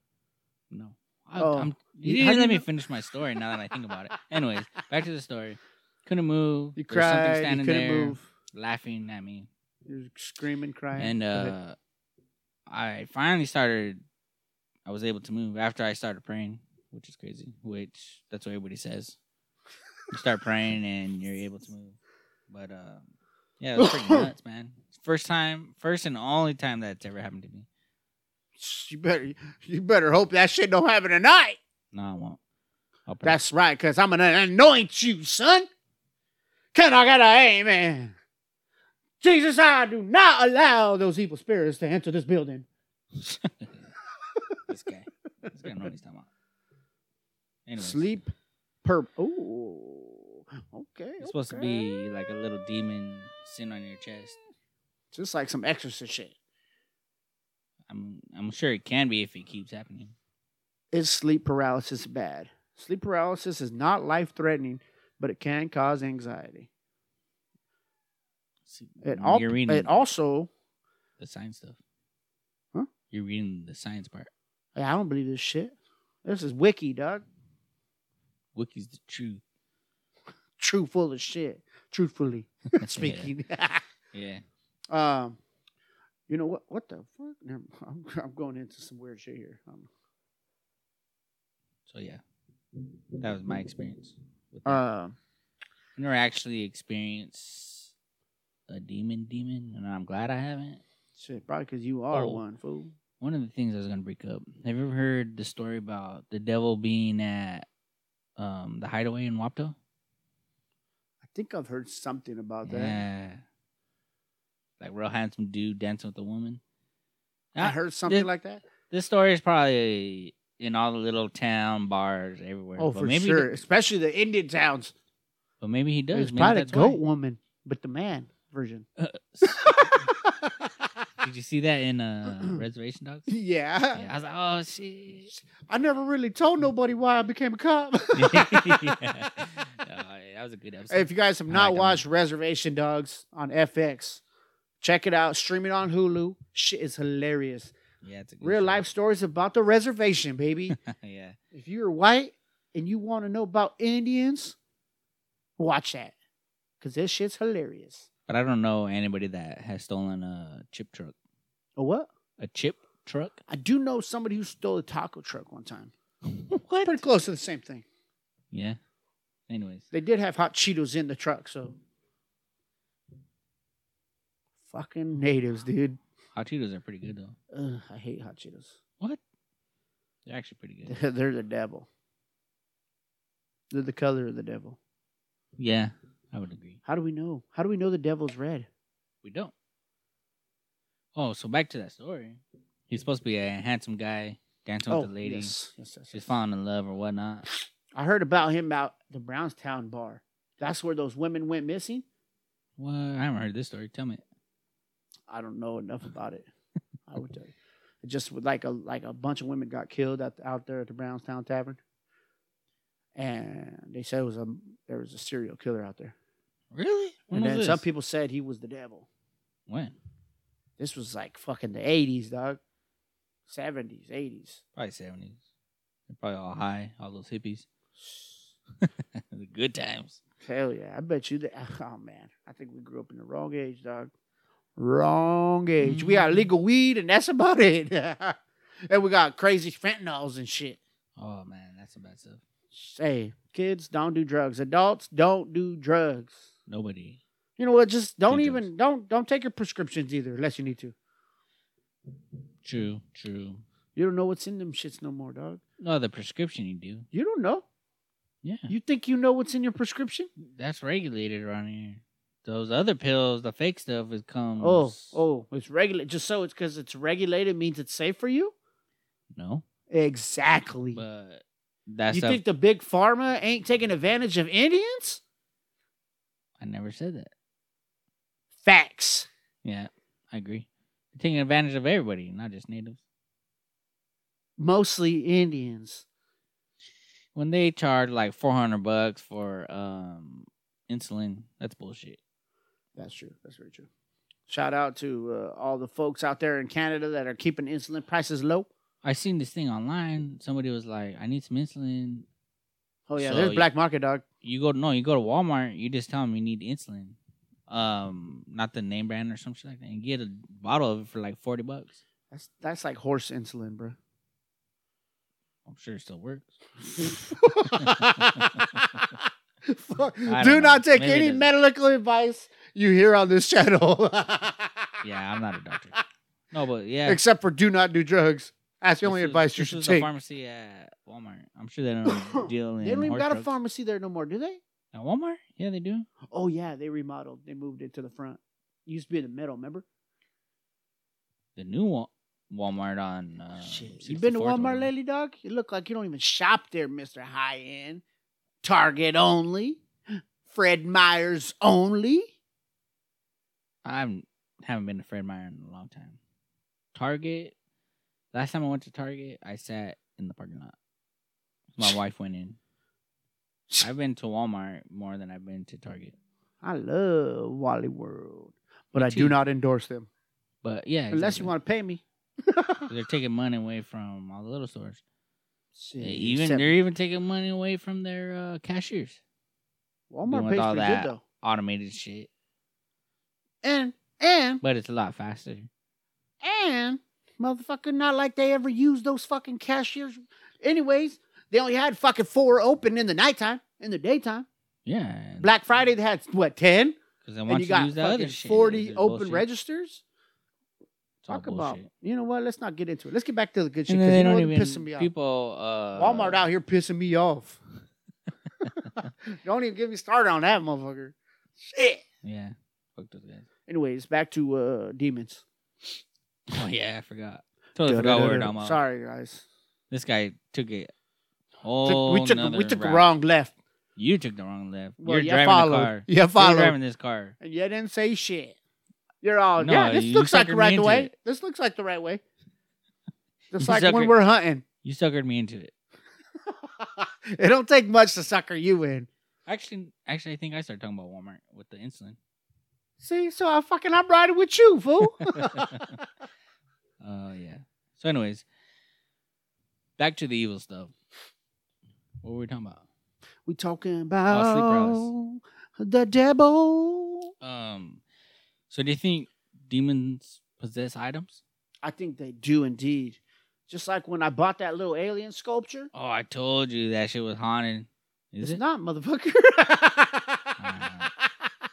B: No. I,
A: Oh.
B: I'm, you
A: You-
B: didn't
A: how do
B: let
A: you
B: me
A: know-
B: finish my story now that I think about it. Anyways, back to the story. Couldn't move.
A: You
B: There was something
A: cried, you
B: standing
A: couldn't
B: there
A: move.
B: Laughing at me.
A: You're screaming, crying.
B: And
A: Go ahead.
B: uh, I finally started, I was able to move after I started praying, which is crazy, which that's what everybody says. You start praying and you're able to move. But uh, yeah, it was pretty nuts, man. First time, first and only time that's ever happened to me.
A: you better you better hope that shit don't happen tonight.
B: No, I won't. I'll pray.
A: That's right, cause I'm gonna anoint you, son. Can I get an amen? Jesus, I do not allow those evil spirits to enter this building.
B: this guy. This guy knows what he's talking about. Anyways,
A: Sleep, perp. Ooh, okay.
B: It's supposed to
A: okay.
B: be like a little demon sitting on your chest.
A: just like some exorcist shit.
B: I'm I'm sure it can be if it keeps happening.
A: Is sleep paralysis bad? Sleep paralysis is not life threatening, but it can cause anxiety.
B: See,
A: It, al-
B: you're reading
A: it also,
B: the science stuff.
A: Huh?
B: You're reading the science part.
A: I don't believe this shit. This is wiki, dog.
B: Wiki's the truth.
A: True full of shit. Truthfully speaking.
B: Yeah.
A: um, you know what? What the fuck? Never- I'm, I'm going into some weird shit here. Um,
B: So yeah, that was my experience. With that.
A: uh,
B: I never actually experienced a demon, demon, and I'm glad I haven't.
A: shit, probably because you are
B: Oh.
A: one fool.
B: One of the things I was gonna break up. Have you ever heard the story about the devil being at um, the hideaway in Wapto?
A: I think I've heard something about that.
B: Yeah, like real handsome dude dancing with a woman.
A: I
B: Ah,
A: heard something
B: did-
A: like that.
B: This story is probably in all the little town bars everywhere.
A: Oh,
B: but
A: for
B: maybe
A: sure, especially the Indian towns.
B: but maybe he does.
A: It was
B: Maybe
A: probably a
B: that's
A: goat
B: why. Uh,
A: woman, but the man version.
B: Did you see that in uh, Reservation Dogs?
A: yeah.
B: Yeah, I was like, oh shit.
A: I never really told nobody why I became a cop.
B: yeah. No, that was a good episode.
A: If you guys have
B: I
A: not
B: like that
A: watched Reservation Dogs on FX, check it out. Stream it on Hulu. Shit is hilarious.
B: yeah, it's a good
A: Real
B: show.
A: life stories about the reservation, baby.
B: yeah.
A: if you're white and you want to know about Indians, watch that. Because this shit's hilarious.
B: But I don't know anybody that has stolen a chip truck.
A: Oh, what?
B: A chip truck?
A: I do know somebody who stole a taco truck one time.
B: what?
A: Pretty close to the same thing.
B: Yeah. Anyways,
A: They did have hot Cheetos in the truck, so. Fucking natives, dude.
B: hot Cheetos are pretty good though.
A: Ugh, I hate hot Cheetos.
B: What? They're actually pretty good.
A: They're, they're the devil. They're the color of the devil.
B: Yeah, I would agree.
A: How do we know? How do we know the devil's red?
B: We don't. Oh, so back to that story. He's supposed to be a handsome guy dancing with the lady.
A: yes, yes, yes,
B: She's
A: yes.
B: falling in love or whatnot.
A: I heard about him out the Brownstown bar. That's where those women went missing.
B: What? I haven't heard this story. Tell me.
A: I don't know enough about it. I would tell you. It just was like a like a bunch of women got killed out, out there at the Brownstown Tavern, and they said it was a there was a serial killer out there.
B: Really? When
A: and
B: was
A: then
B: this?
A: some people said he was the devil.
B: when?
A: This was like fucking the eighties, dog. Seventies, eighties.
B: Probably seventies. They're probably all high, all those hippies. the good times.
A: Hell yeah! I bet you that. Oh man, I think we grew up in the wrong age, dog. Wrong age. We
B: Mm-hmm.
A: got legal weed, and that's about it. and we got crazy fentanyls and shit.
B: Oh man, that's some bad stuff.
A: Hey, kids, don't do drugs. Adults, don't do drugs.
B: Nobody.
A: You know what? Just don't
B: Do
A: even don't don't take your prescriptions either, unless you need to.
B: True, true.
A: You don't know what's in them shits no more, dog.
B: No, the prescription you do.
A: You don't know.
B: Yeah.
A: You think you know what's in your prescription?
B: That's regulated around here. Those other pills, the fake stuff, is comes.
A: Oh, oh, it's regulated. Just so it's because it's regulated means it's safe for you.
B: no.
A: Exactly.
B: But that's
A: you think the big pharma ain't taking advantage of Indians?
B: I never said that.
A: Facts.
B: Yeah, I agree. They're taking advantage of everybody, not just natives.
A: Mostly Indians.
B: When they charge like four hundred bucks for um insulin, that's bullshit.
A: That's true. That's very true. Shout out to uh, all the folks out there in Canada that are keeping insulin prices low.
B: I seen this thing online. Somebody was like, "I need some insulin."
A: Oh yeah,
B: So
A: there's
B: you-
A: black market dog.
B: You go no, you go to Walmart. You just tell them you need insulin, um, not the name brand or some shit like that, and get a bottle of it for like forty bucks.
A: That's that's like horse insulin, bro.
B: I'm sure it still works.
A: Fuck. Do
B: I don't know.
A: not take
B: Maybe it
A: any
B: doesn't.
A: medical advice you hear on this channel.
B: Yeah, I'm not a doctor. No, but yeah,
A: Except for do not do drugs. That's the
B: this
A: only
B: was-
A: advice you
B: this
A: should
B: was
A: take.
B: The pharmacy at Walmart. I'm sure they don't deal in.
A: They don't even
B: horse
A: got a
B: drugs.
A: pharmacy there no more, do they?
B: At Walmart? Yeah, they do.
A: Oh yeah, they remodeled. They moved it to the front. It used to be in the middle, remember?
B: The new Wa- Walmart on. Uh,
A: Shit. You been to
B: 64th or
A: Walmart
B: whatever.
A: lately, dog? You look like you don't even shop there, Mister High End. Target only. Fred Meyer's only.
B: I haven't, haven't been to Fred Meyer in a long time. Target. Last time I went to Target, I sat in the parking lot. My wife went in. I've been to Walmart more than I've been to Target.
A: I love Wally World, but
B: Me
A: I
B: too.
A: do not endorse them
B: But yeah,
A: unless you
B: exactly.
A: want to pay me.
B: They're taking money away from all the little stores.
A: Shit,
B: They even
A: except
B: they're even taking money away from their uh, cashiers. doing
A: Walmart
B: with
A: pays
B: all
A: pretty
B: that.
A: good though,
B: Automated shit,
A: and and
B: but it's a lot faster.
A: and motherfucker, not like they ever used those fucking cashiers. Anyways, they only had fucking four open in the nighttime, in the daytime.
B: Yeah,
A: Black Friday, they had what ten,
B: because they want
A: and you
B: you to
A: got
B: use that other
A: fucking
B: shit.
A: forty
B: It's
A: open
B: bullshit.
A: registers.
B: It's all
A: Talk about
B: bullshit.
A: you know what? Let's not get into it. Let's get back to the good shit
B: And then
A: because
B: they
A: you know
B: don't
A: what
B: even
A: pissing me off.
B: people. Uh,
A: Walmart out here pissing me off. don't even get me started on that motherfucker. Shit.
B: Yeah, fuck those guys.
A: Anyways, back to uh demons.
B: Oh yeah, I forgot. Totally forgot where we're talking about.
A: Sorry guys.
B: This guy took it.
A: Took-
B: Oh,
A: we took we took the wrong left.
B: You took the wrong left.
A: Well,
B: You're
A: yeah,
B: driving
A: followed.
B: the car.
A: Yeah,
B: You're
A: followed.
B: driving this car.
A: And you didn't say shit. You're all
B: No,
A: yeah. This
B: you
A: looks like the
B: suckered me
A: right
B: into
A: way.
B: it.
A: This looks like the right way. Just
B: You
A: like when
B: suckered-
A: we're hunting,
B: You suckered me into it.
A: it don't take much to sucker you in.
B: Actually, actually, I think I started talking about Walmart with the insulin.
A: See, so I fucking I'm riding with you, fool.
B: Oh yeah. So, anyways, back to the evil stuff. What were we talking about?
A: we talking
B: paralysis.
A: about the devil.
B: Um, so do you think demons possess items?
A: I think they do indeed. Just like when I bought that little alien sculpture.
B: Oh, I told you that shit was haunted. Is
A: It's
B: it?
A: not, motherfucker.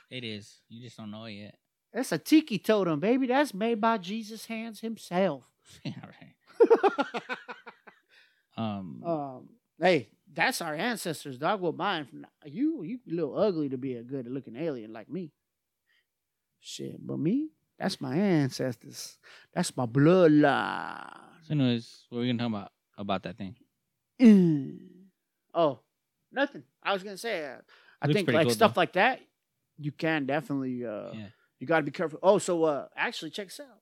B: It is. You just don't know it yet.
A: That's a tiki totem, baby. That's made by Jesus' hands himself.
B: yeah, right. Um,
A: um, hey, that's our ancestors, dog. Well, mine. From, you, you a little ugly to be a good looking alien like me. Shit, but me, that's my ancestors. That's my bloodline.
B: so anyways, what were we gonna talk about? about that thing?
A: Mm. Oh, nothing. I was gonna say. Uh, I
B: Looks
A: think
B: pretty
A: like
B: cool,
A: stuff
B: though.
A: like that, you can definitely. Uh,
B: Yeah.
A: You got to be careful. Oh, so uh, actually, check this out.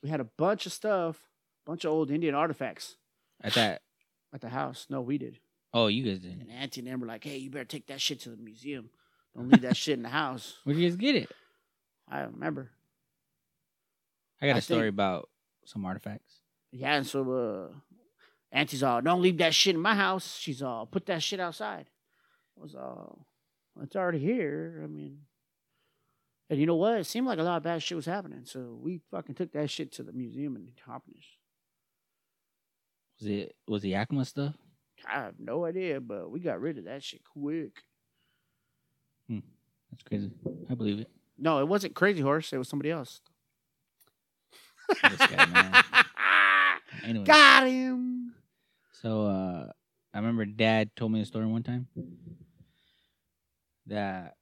A: We had a bunch of stuff, bunch of old Indian artifacts
B: At that.
A: at the house. No, we did.
B: Oh, you guys did.
A: And Auntie and them were like, "Hey, you better take that shit to the museum. Don't leave that shit in the house."
B: Where'd you guys get it?
A: I remember.
B: I got a
A: I
B: story
A: think-
B: about some artifacts.
A: Yeah, and so uh, Auntie's all, "Don't leave that shit in my house." She's all, "Put that shit outside." I was all, "It's already here." I mean, and you know what? It seemed like a lot of bad shit was happening, so we fucking took that shit to the museum in Hopkins.
B: Was it was the Yakima stuff?
A: I have no idea, but we got rid of that shit quick.
B: Hmm. That's crazy. I believe it.
A: No, it wasn't Crazy Horse. It was somebody else.
B: This guy, man. Anyway,
A: Got him.
B: so uh, I remember Dad told me a story one time that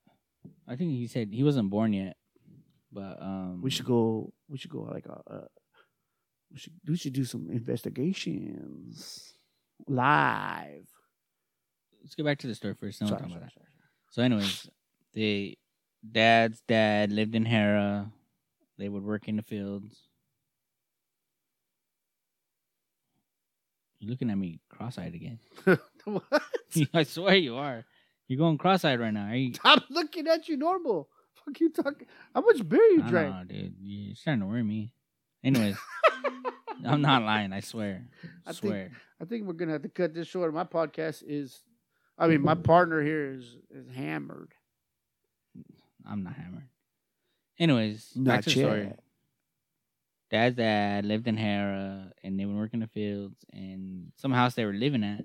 B: I think he said he wasn't born yet, but um,
A: We should go. We should go like a. Uh, we should we should do some investigations live.
B: let's go back to the story first. then we'll
A: Sorry,
B: talk about
A: sorry,
B: that. So, anyways, they dad's dad lived in Hera. They would work in the fields. You're looking at me cross-eyed again.
A: sorry, sorry. What?
B: I swear you are. You're going cross-eyed right now. Are you?
A: I'm looking at you normal. Fuck you talking. How much beer you
B: I don't
A: drank?
B: know, dude. You're starting to worry me. Anyways, I'm not lying. I swear.
A: I think-
B: swear.
A: I think we're gonna have to cut this short. My podcast is. I mean, my partner here is is hammered.
B: I'm not hammered. Anyways, back
A: Not
B: to the story.
A: yet.
B: Dad's dad lived in Hera, and they would work in the fields, and some house they were living at.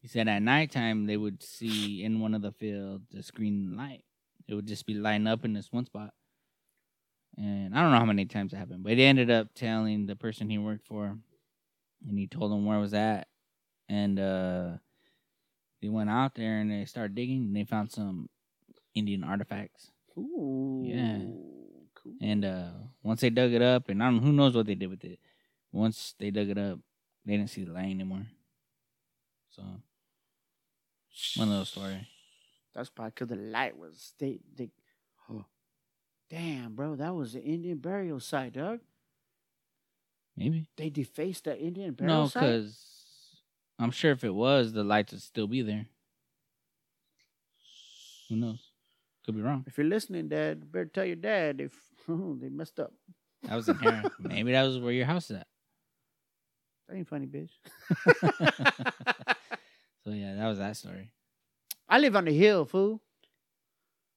B: He said at nighttime they would see in one of the fields this green light. It would just be lighting up in this one spot. And I don't know how many times it happened, but he ended up telling the person he worked for, and he told him where it was at. And uh, they went out there and they started digging, and they found some Indian artifacts.
A: Ooh.
B: Yeah.
A: Cool.
B: And uh, once they dug it up, and I don't who knows what they did with it. Once they dug it up, they didn't see the light anymore. So one little story.
A: That's probably because the light was they they. Damn, bro, that was the Indian burial site, dog.
B: Maybe
A: They defaced the Indian burial
B: no,
A: site.
B: because I'm sure if it was, the lights would still be there. Who knows? Could be wrong.
A: If you're listening, Dad, you better tell your dad if oh, they messed up.
B: That was in Hera. Maybe that was where your house is at.
A: That ain't funny, bitch.
B: So yeah, that was that story.
A: I live on the hill, fool.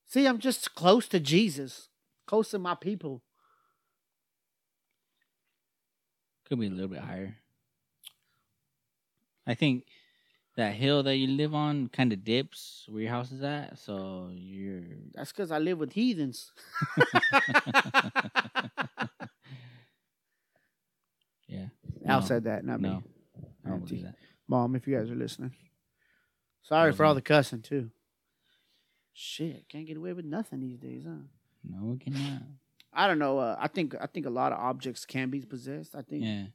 A: See, I'm just close to Jesus, close to my people.
B: Could be a little bit higher. I think that hill that you live on kind of dips where your house is at, so you're
A: That's because I live with heathens.
B: yeah.
A: Al
B: No.
A: said that, not me.
B: no, I don't
A: Auntie.
B: believe that.
A: Mom, if you guys are listening. Sorry for all the
B: Wasn't.
A: cussing too. Shit, can't get away with nothing these days, huh?
B: No, we cannot.
A: I don't know. Uh, I think I think a lot of objects can be possessed. I think
B: Yeah,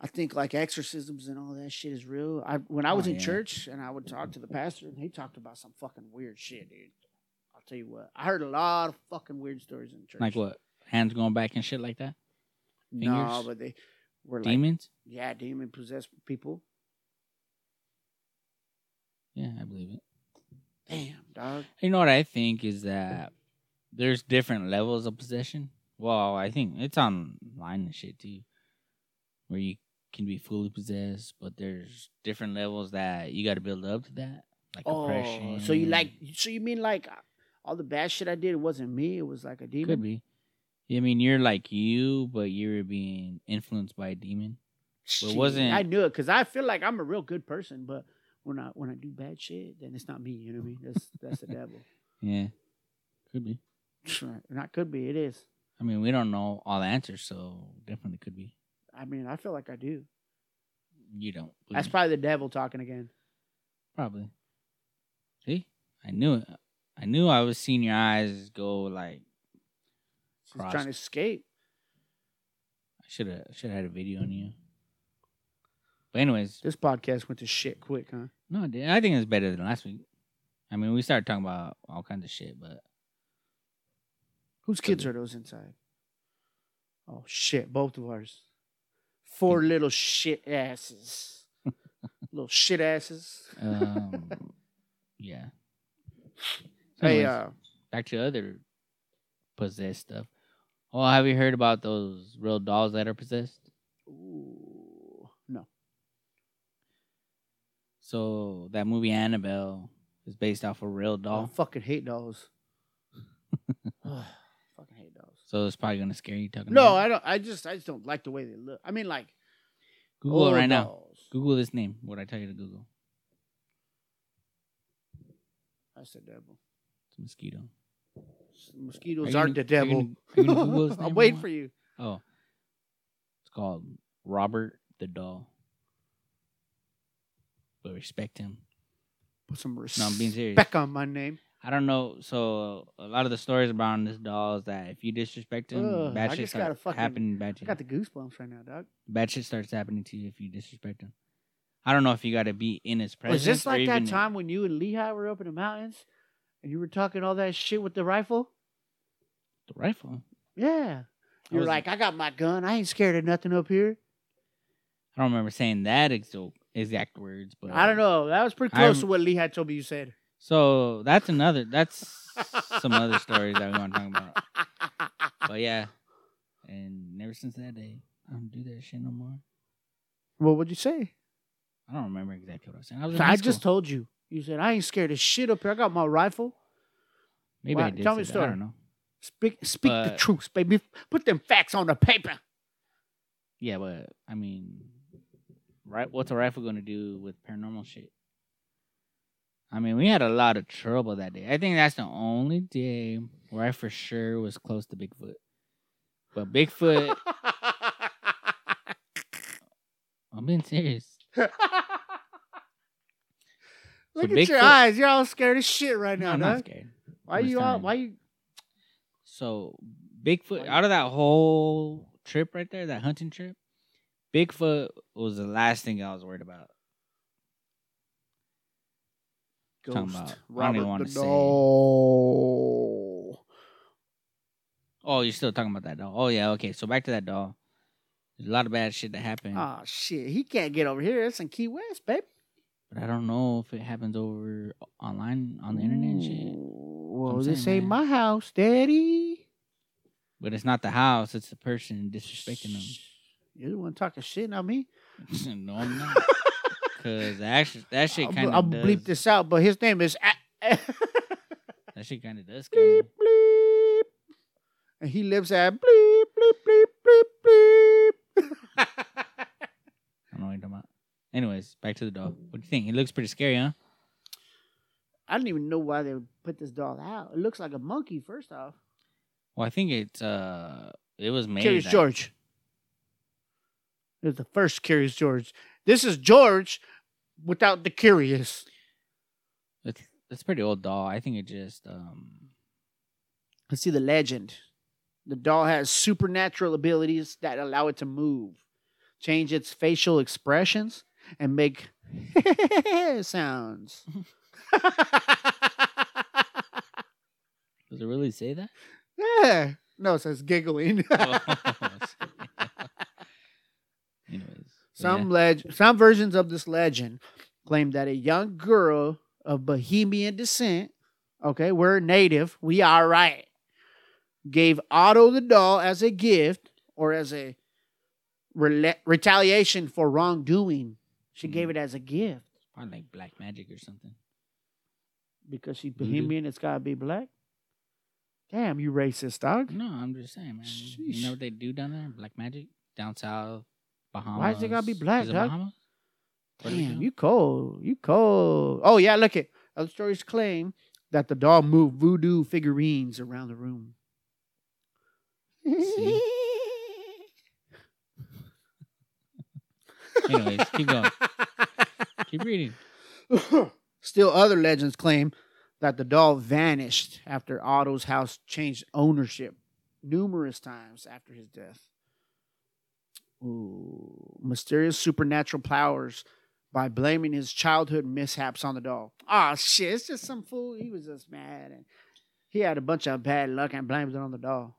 A: I think like exorcisms and all that shit is real. I when I was
B: Oh,
A: in
B: yeah.
A: church and I would talk to the pastor and he talked about some fucking weird shit, dude. I'll tell you what. I heard a lot of fucking weird stories in church.
B: like what? Hands going back and shit like that.
A: No,
B: Fingers?
A: but they were like,
B: Demons?
A: yeah, demon possessed people.
B: Yeah, I believe it.
A: Damn, dog.
B: You know what I think is that there's different levels of possession. Well, I think it's online and shit too, where you can be fully possessed, but there's different levels that you got to build up to that, like
A: Oh,
B: oppression.
A: so you like? So you mean like uh, all the bad shit I did? It wasn't me. It was like a demon.
B: could be. Yeah, I mean, you're like you, but you're being influenced by a demon. But it
A: Shit,
B: wasn't-
A: I knew it because I feel like I'm a real good person, but when I when I do bad shit, then it's not me. You know what I mean? That's that's the devil.
B: Yeah, could be.
A: And that could be. It is.
B: I mean, we don't know all the answers, so definitely could be.
A: I mean, I feel like I do.
B: You don't.
A: That's
B: believe-
A: probably the devil talking again.
B: Probably. See, I knew it. I knew I was seeing your eyes go like
A: She's
B: Crossed.
A: trying to escape.
B: I should have should have had a video on you. But anyways,
A: This podcast went to shit quick, huh?
B: no, dude, I think it's better than last week. I mean, we started talking about all kinds of shit, but
A: Whose kids are those inside? Oh shit, both of ours.
B: Hmm.
A: Four little shit asses. little shit asses.
B: um, yeah. So
A: Hey,
B: anyways,
A: uh,
B: back to other possessed stuff. Oh, have you heard about those real dolls that are possessed?
A: ooh, no.
B: So that movie Annabelle is based off a real
A: I
B: doll.
A: fucking hate dolls. Ugh, fucking hate dolls.
B: So it's probably gonna scare you talking.
A: No,
B: about it.
A: I don't. I just, I just don't like the way they look. I mean, like
B: Google it
A: old
B: right now.
A: dolls.
B: Google this name. What I tell you to Google?
A: That's the devil.
B: It's a mosquito. Are
A: Mosquitoes
B: you
A: are
B: gonna-
A: the
B: are you
A: devil.
B: gonna- are you gonna Google his name
A: I'm
B: or
A: waiting
B: what?
A: for you.
B: Oh, it's called Robert the Doll. But respect him.
A: Put some
B: No, I'm being
A: respect
B: serious.
A: on my name.
B: I don't know. So a lot of the stories around this doll is that if you disrespect him,
A: Ugh,
B: bad
A: I
B: shit
A: just got a
B: starts
A: fucking-
B: happening. Bad
A: I
B: shit.
A: got the goosebumps right now, dog.
B: bad shit starts happening to you if you disrespect him. I don't know if you got to be in his presence.
A: Was this
B: or
A: like that
B: even-
A: time when you and Lehigh were up in the mountains and you were talking all that shit with the rifle?
B: The rifle.
A: Yeah.
B: I
A: You're
B: was-
A: like, I got my gun. I ain't scared of nothing up here.
B: I don't remember saying that exo- exact words, but uh,
A: I don't know. That was pretty
B: I'm-
A: close to what Lehigh told me you said.
B: So that's another. That's some other stories that we want to talk about. But yeah, and ever since that day, I don't do that shit no more.
A: Well, what'd you say?
B: I don't remember exactly what I was saying. I was. In high
A: I
B: school.
A: just told you. You said, I ain't scared of shit up here. I got my rifle.
B: Maybe
A: Why-
B: I did.
A: tell
B: Tell
A: me
B: me
A: the
B: I
A: story.
B: don't know.
A: Speak, speak the
B: But-
A: truth, baby. Put them facts on the paper.
B: Yeah, but I mean, right? What's a rifle gonna do with paranormal shit? I mean, we had a lot of trouble that day. I think that's the only day where I for sure was close to Bigfoot. But Bigfoot, I'm being serious.
A: Look at your
B: Bigfoot-
A: eyes. You're all scared as shit right
B: No,
A: now,
B: I'm
A: dog.
B: not scared.
A: Why
B: I'm just
A: you all?
B: telling
A: Why
B: you.
A: you?
B: So
A: Why
B: Bigfoot,
A: you-
B: out of that whole trip right there, that hunting trip, Bigfoot was the last thing I was worried about. Talking
A: Ghost.
B: about- I don't even
A: Robert
B: wanna
A: the
B: say.
A: Doll.
B: Oh, you're still talking about that doll. Oh yeah, okay. So back to that doll. There's a lot of bad shit that happened.
A: Oh shit, he can't get over here. That's in Key West, babe.
B: But I don't know if it happens over online on the internet and shit.
A: Well,
B: I'm
A: this
B: saying,
A: ain't
B: man.
A: my house, Daddy.
B: But it's not the house, it's the person disrespecting
A: You want to talk shit, not me.
B: them. no, I'm not. Cause that actually, that shit
A: I'll,
B: kind
A: I'll
B: of does.
A: bleep this out, but his name is. A-
B: That shit kind of does scare me.
A: bleep bleep, and he lives at bleep bleep bleep bleep bleep.
B: I don't know what you're talking about. Anyways, back to the doll. What do you think? He looks pretty scary, huh?
A: I don't even know why they would put this doll out. It looks like a monkey. First off,
B: Well, I think it's uh, it was made.
A: Curious
B: that-
A: George. It was the first Curious George. This is George without the curious.
B: It's it's a pretty old doll. I think it just um,
A: Let's see the legend. The doll has supernatural abilities that allow it to move, change its facial expressions, and make sounds.
B: does it really say that?
A: yeah. No, it says giggling.
B: Oh. Anyways, but yeah.
A: Some leg- some versions of this legend claim that a young girl of Bohemian descent, okay, we're native, we are right, gave Otto the doll as a gift or as a rela- retaliation for wrongdoing. She gave
B: Hmm.
A: it as a gift
B: Probably like black magic or something.
A: because she's
B: Voodoo.
A: Bohemian. It's gotta be black. Damn, you racist dog!
B: No, I'm just saying, man. You
A: Sheesh.
B: know what they do down there? Black magic down south, Bahamas.
A: Why is it gotta be black,
B: Is it
A: dog?
B: Bahamas? Puerto
A: Damn,
B: Rico?
A: you cold. You cold. Oh yeah, look it. Other stories claim that the doll moved voodoo figurines around the room.
B: See? Anyways, keep going. Keep reading.
A: Still, other legends claim that the doll vanished after Otto's house changed ownership numerous times after his death. Ooh, mysterious supernatural powers by blaming his childhood mishaps on the doll. Ah, shit, it's just some fool. He was just mad and he had a bunch of bad luck and blames it on the doll.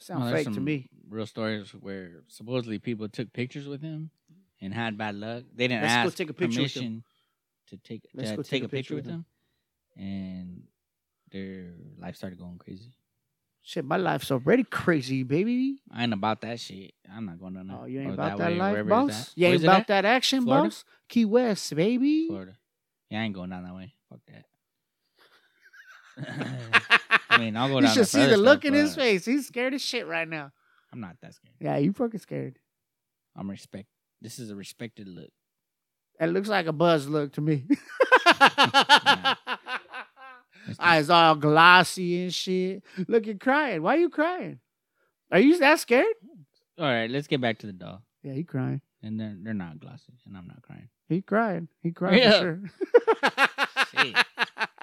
A: Sounds
B: Oh, there's
A: fake to
B: some
A: me.
B: Real stories where supposedly people took pictures with him and had bad luck. They didn't
A: Let's go
B: ask
A: take a picture with him.
B: permission to take
A: Let's
B: to
A: go
B: take a picture with him, and their life started going crazy.
A: Shit, my life's already crazy, baby.
B: I ain't about that shit. I'm not going to know.
A: Oh, you ain't
B: Or
A: about that,
B: way,
A: life,
B: wherever
A: boss.
B: it's at.
A: You
B: Where
A: ain't
B: is it
A: about
B: at?
A: that action,
B: Florida?
A: boss. Key West, baby.
B: Florida. Yeah, I ain't going down that way. Fuck that. I mean, I'll go down.
A: you
B: there
A: should see
B: further
A: the
B: stuff,
A: look in his
B: but
A: face. He's scared as shit right now.
B: I'm not that scared.
A: Yeah, you fucking scared.
B: I'm respect. This is a respected look.
A: It looks like a buzz look to me.
B: It's not-
A: Eyes all glossy and shit. Look, you're crying. Why you crying? Are you that scared?
B: All right, let's get back to the doll.
A: Yeah, he crying.
B: And they're they're not glossy, and I'm not crying.
A: He crying. He crying
B: Yeah.
A: for sure.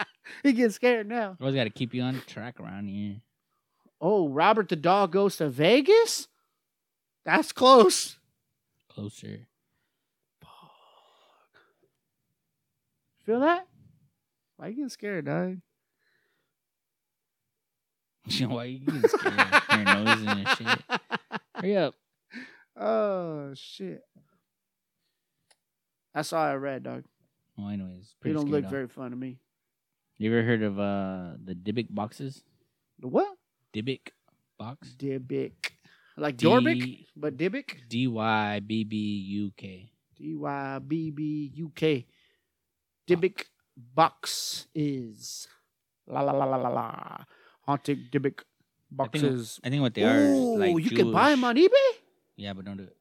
A: he gets scared now.
B: Always got to keep you on track around here.
A: Oh, Robert the dog goes to Vegas? That's close.
B: Closer.
A: Feel that? Why you getting scared, dog?
B: Why you getting scared? Your nose and your shit. Hurry up.
A: Oh shit. That's all I read, dog.
B: Well, anyways,
A: You
B: pretty
A: don't
B: scary
A: look
B: doll.
A: very fun to me.
B: You ever heard of uh the Dybbuk boxes?
A: The what?
B: Dybbuk box.
A: Dybbuk. Like
B: D-
A: Dorbic, but Dybbuk.
B: D y b b u k.
A: D Y B B U K. Dybbuk box is la la la la la la. Haunted Dybbuk boxes.
B: I think what they are is
A: Oh,
B: like
A: you can buy them
B: Jewish-
A: on eBay.
B: Yeah, but don't do it.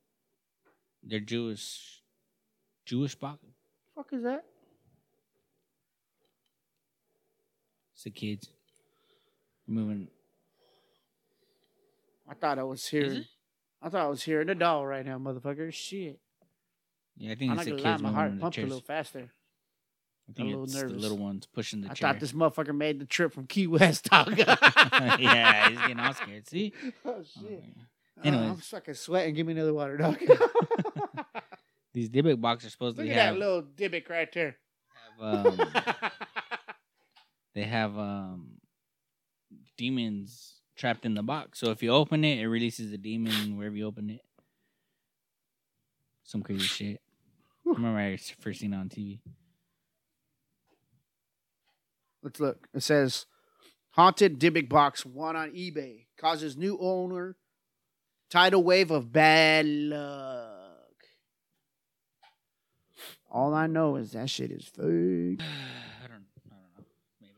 B: They're Jewish. Jewish box.
A: Fuck is that?
B: It's the kids. Moving.
A: I thought I was hearing.
B: it?
A: I thought I was hearing the doll right now, motherfucker. Shit.
B: Yeah, I think
A: I'm
B: it's
A: not
B: the
A: gonna lie, my
B: kids moving
A: heart
B: the
A: pumped a
B: chairs.
A: little faster.
B: I think
A: a little
B: it's the
A: nervous.
B: little ones pushing the
A: I
B: chair.
A: thought this motherfucker made the trip from Key West, dog.
B: yeah, he's getting all scared. See?
A: Oh,
B: Oh,
A: shit.
B: yeah.
A: Uh, I'm
B: Anyways.
A: fucking sweating. Give me another water, dog.
B: These Dybbuk boxes are supposed
A: Look
B: to
A: at
B: have,
A: that little Dybbuk right there.
B: have, um, they have um demons trapped in the box. So if you open it, it releases a demon wherever you open it. Some crazy shit. I remember I first seen it on TV.
A: Let's look. It says Haunted Dybbuk Box one on eBay causes new owner tidal wave of bad luck. All I know is that shit is fake.
B: I don't, I don't know. Maybe.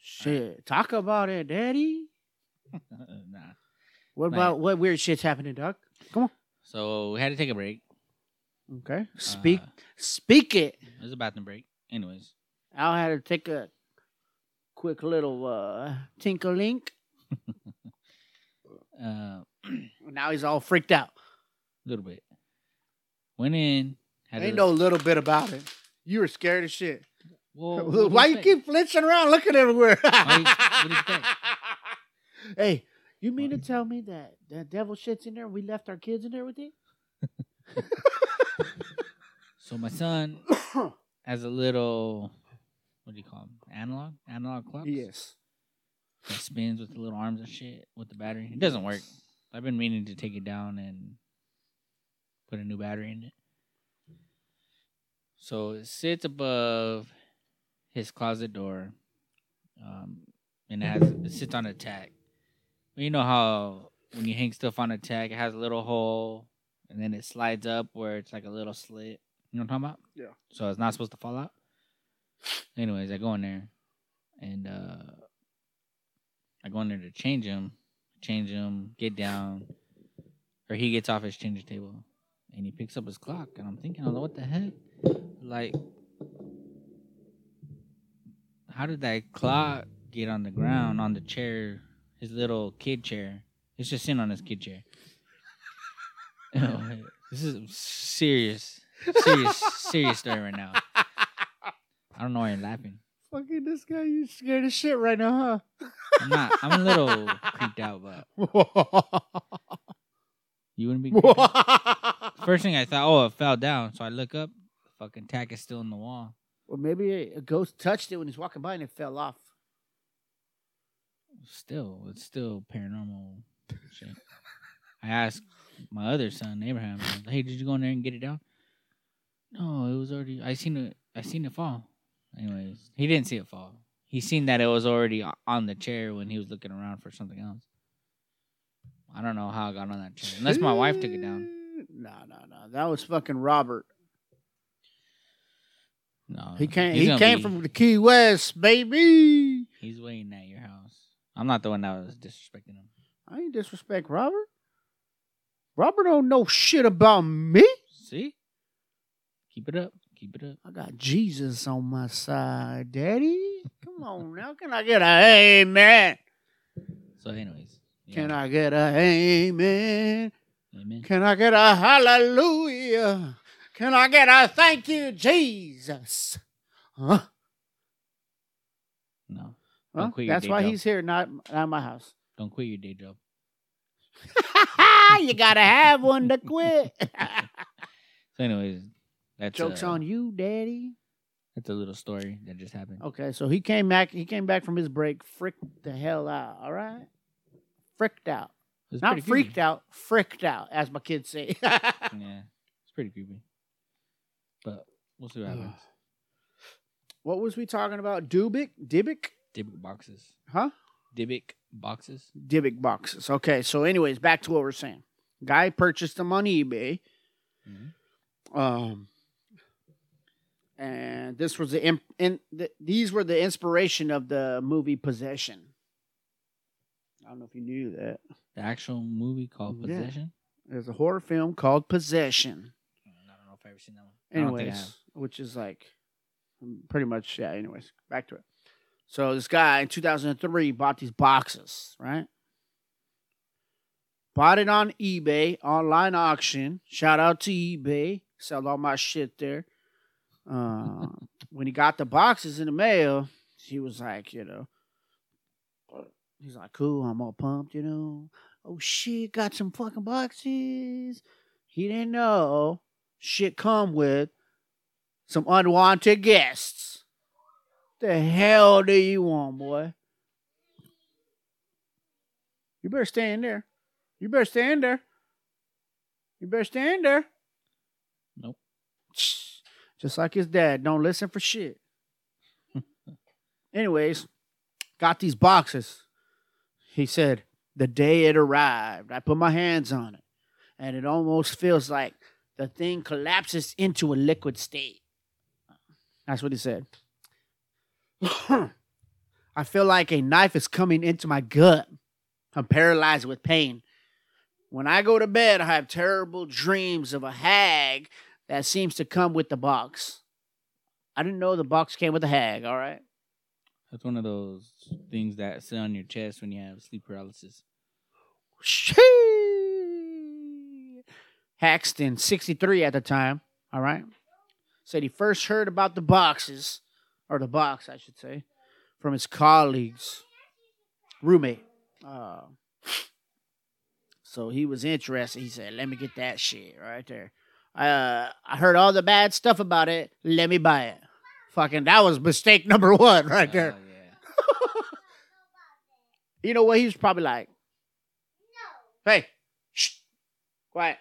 A: Shit. Talk about it, daddy.
B: nah.
A: What
B: Right.
A: about what weird shit's happening, Doc?
B: So we had to take a break.
A: Okay. Speak
B: Uh,
A: speak it.
B: it was a bathroom break. Anyways.
A: I'll have to take a quick little uh tinkle-link.
B: Uh
A: Now he's all freaked out.
B: little bit. Went in. Had
A: Ain't
B: a-
A: no little bit about it. You were scared as shit.
B: Well, what do
A: Why you
B: expect?
A: keep flinching around looking everywhere?
B: you- what do you think?
A: hey, you mean to
B: What?
A: tell me that that devil shit's in there? We left our kids in there with it?
B: So my son has a little, what do you call them? Analog, analog clock.
A: yes.
B: That spins with the little arms and shit with the battery. It doesn't work. I've been meaning to take it down and put a new battery in it. So it sits above his closet door, um, and it has it sits on a tack. You know how when you hang stuff on a tack, it has a little hole, and then it slides up where it's like a little slit. You know what I'm talking about?
A: Yeah.
B: So it's not supposed to fall out. Anyways, I go in there, and uh, I go in there to change him, change him, get down, or he gets off his changing table and he picks up his clock and I'm thinking, I'm like, what the heck? Like how did that clock get on the ground on the chair, his little kid chair? It's just sitting on his kid chair. this is serious, serious, serious story right now. I don't know why you're laughing.
A: Fucking this guy, you scared as shit right now,
B: I'm not. I'm a little creeped out, but
A: huh?
B: You wouldn't be.
A: well,
B: First thing I thought, oh, it fell down. So I look up, fucking tack is still in the wall.
A: maybe a ghost touched it when he's walking by and it fell off.
B: Still, it's still paranormal shit. I asked my other son, Abraham, I was like, hey, did you go in there and get it down? No, it was already. I seen it. I seen it fall. Anyways, he didn't see it fall. He seen that it was already o- on the chair when he was looking around for something else. I don't know how it got on that chair, unless my wife took it down.
A: No, no, no. That was fucking Robert.
B: No,
A: He came.
B: Uh, he's
A: He
B: gonna
A: came
B: be-
A: from the Key West, baby.
B: He's waiting at your house. I'm not the one that was disrespecting him.
A: I ain't disrespect Robert. Robert don't know shit about me.
B: See? Keep it up. Keep it up.
A: I got Jesus on my side, Daddy. Come on now, can I get a amen?
B: So, anyways. yeah.
A: Can I get a amen?
B: Amen.
A: Can I get a hallelujah? Can I get a thank you, Jesus? Huh?
B: No.
A: Well,
B: quit your
A: that's
B: day
A: why
B: job.
A: he's here, not at my house.
B: Don't quit your day job.
A: you gotta have one to quit.
B: So, anyways, that's
A: Jokes
B: a,
A: on you, Daddy.
B: That's a little story that just happened.
A: Okay, so he came back. He came back from his break, freaked the hell out. All right, freaked out.
B: It's
A: Not
B: pretty
A: freaked
B: creepy.
A: out, freaked out, as my kids say.
B: Yeah, it's pretty creepy. But we'll see what happens.
A: what was we talking about? Dubik, Dibik,
B: Dybbuk boxes.
A: huh?
B: Dybbuk boxes.
A: Dibik boxes. Okay, so anyways, back to what we're saying. Guy purchased them on eBay.
B: Mhm.
A: Um, and this was the imp- in, th- these were the inspiration of the movie Possession. I don't know if you knew that.
B: The actual movie called
A: Yeah.
B: Possession.
A: There's a horror film called Possession.
B: I don't know if I've ever seen that one. I don't think I have.
A: Anyways, which is like mm, pretty much yeah. Anyways, back to it. So this guy in 2003 bought these boxes, right? Bought it on eBay, online auction. Shout out to eBay. Sell all my shit there. Uh, when he got the boxes in the mail, he was like, you know, he's like, cool, I'm all pumped, you know. Oh shit, got some fucking boxes. He didn't know shit come with some unwanted guests. The hell do you want, boy? You better stay in there. You better stay in there. You better stay in there.
B: Nope.
A: Just like his dad, don't listen for shit. Anyways, got these boxes. He said, the day it arrived, I put my hands on it, and it almost feels like the thing collapses into a liquid state. That's what he said. I feel like a knife is coming into my gut. I'm paralyzed with pain. When I go to bed, I have terrible dreams of a hag that seems to come with the box. I didn't know the box came with a hag, all right?
B: That's one of those things that sit on your chest when you have sleep paralysis.
A: Shee! Haxton, 63 at the time, all right, said he first heard about the boxes, or the box, I should say, from his colleagues, roommate. Uh, so he was interested. He said, Let me get that shit right there. Uh, I heard all the bad stuff about it. Let me buy it. Fucking, that was mistake number one right there.
B: Oh, yeah.
A: You know what? He was probably like, "No, hey, shh, quiet,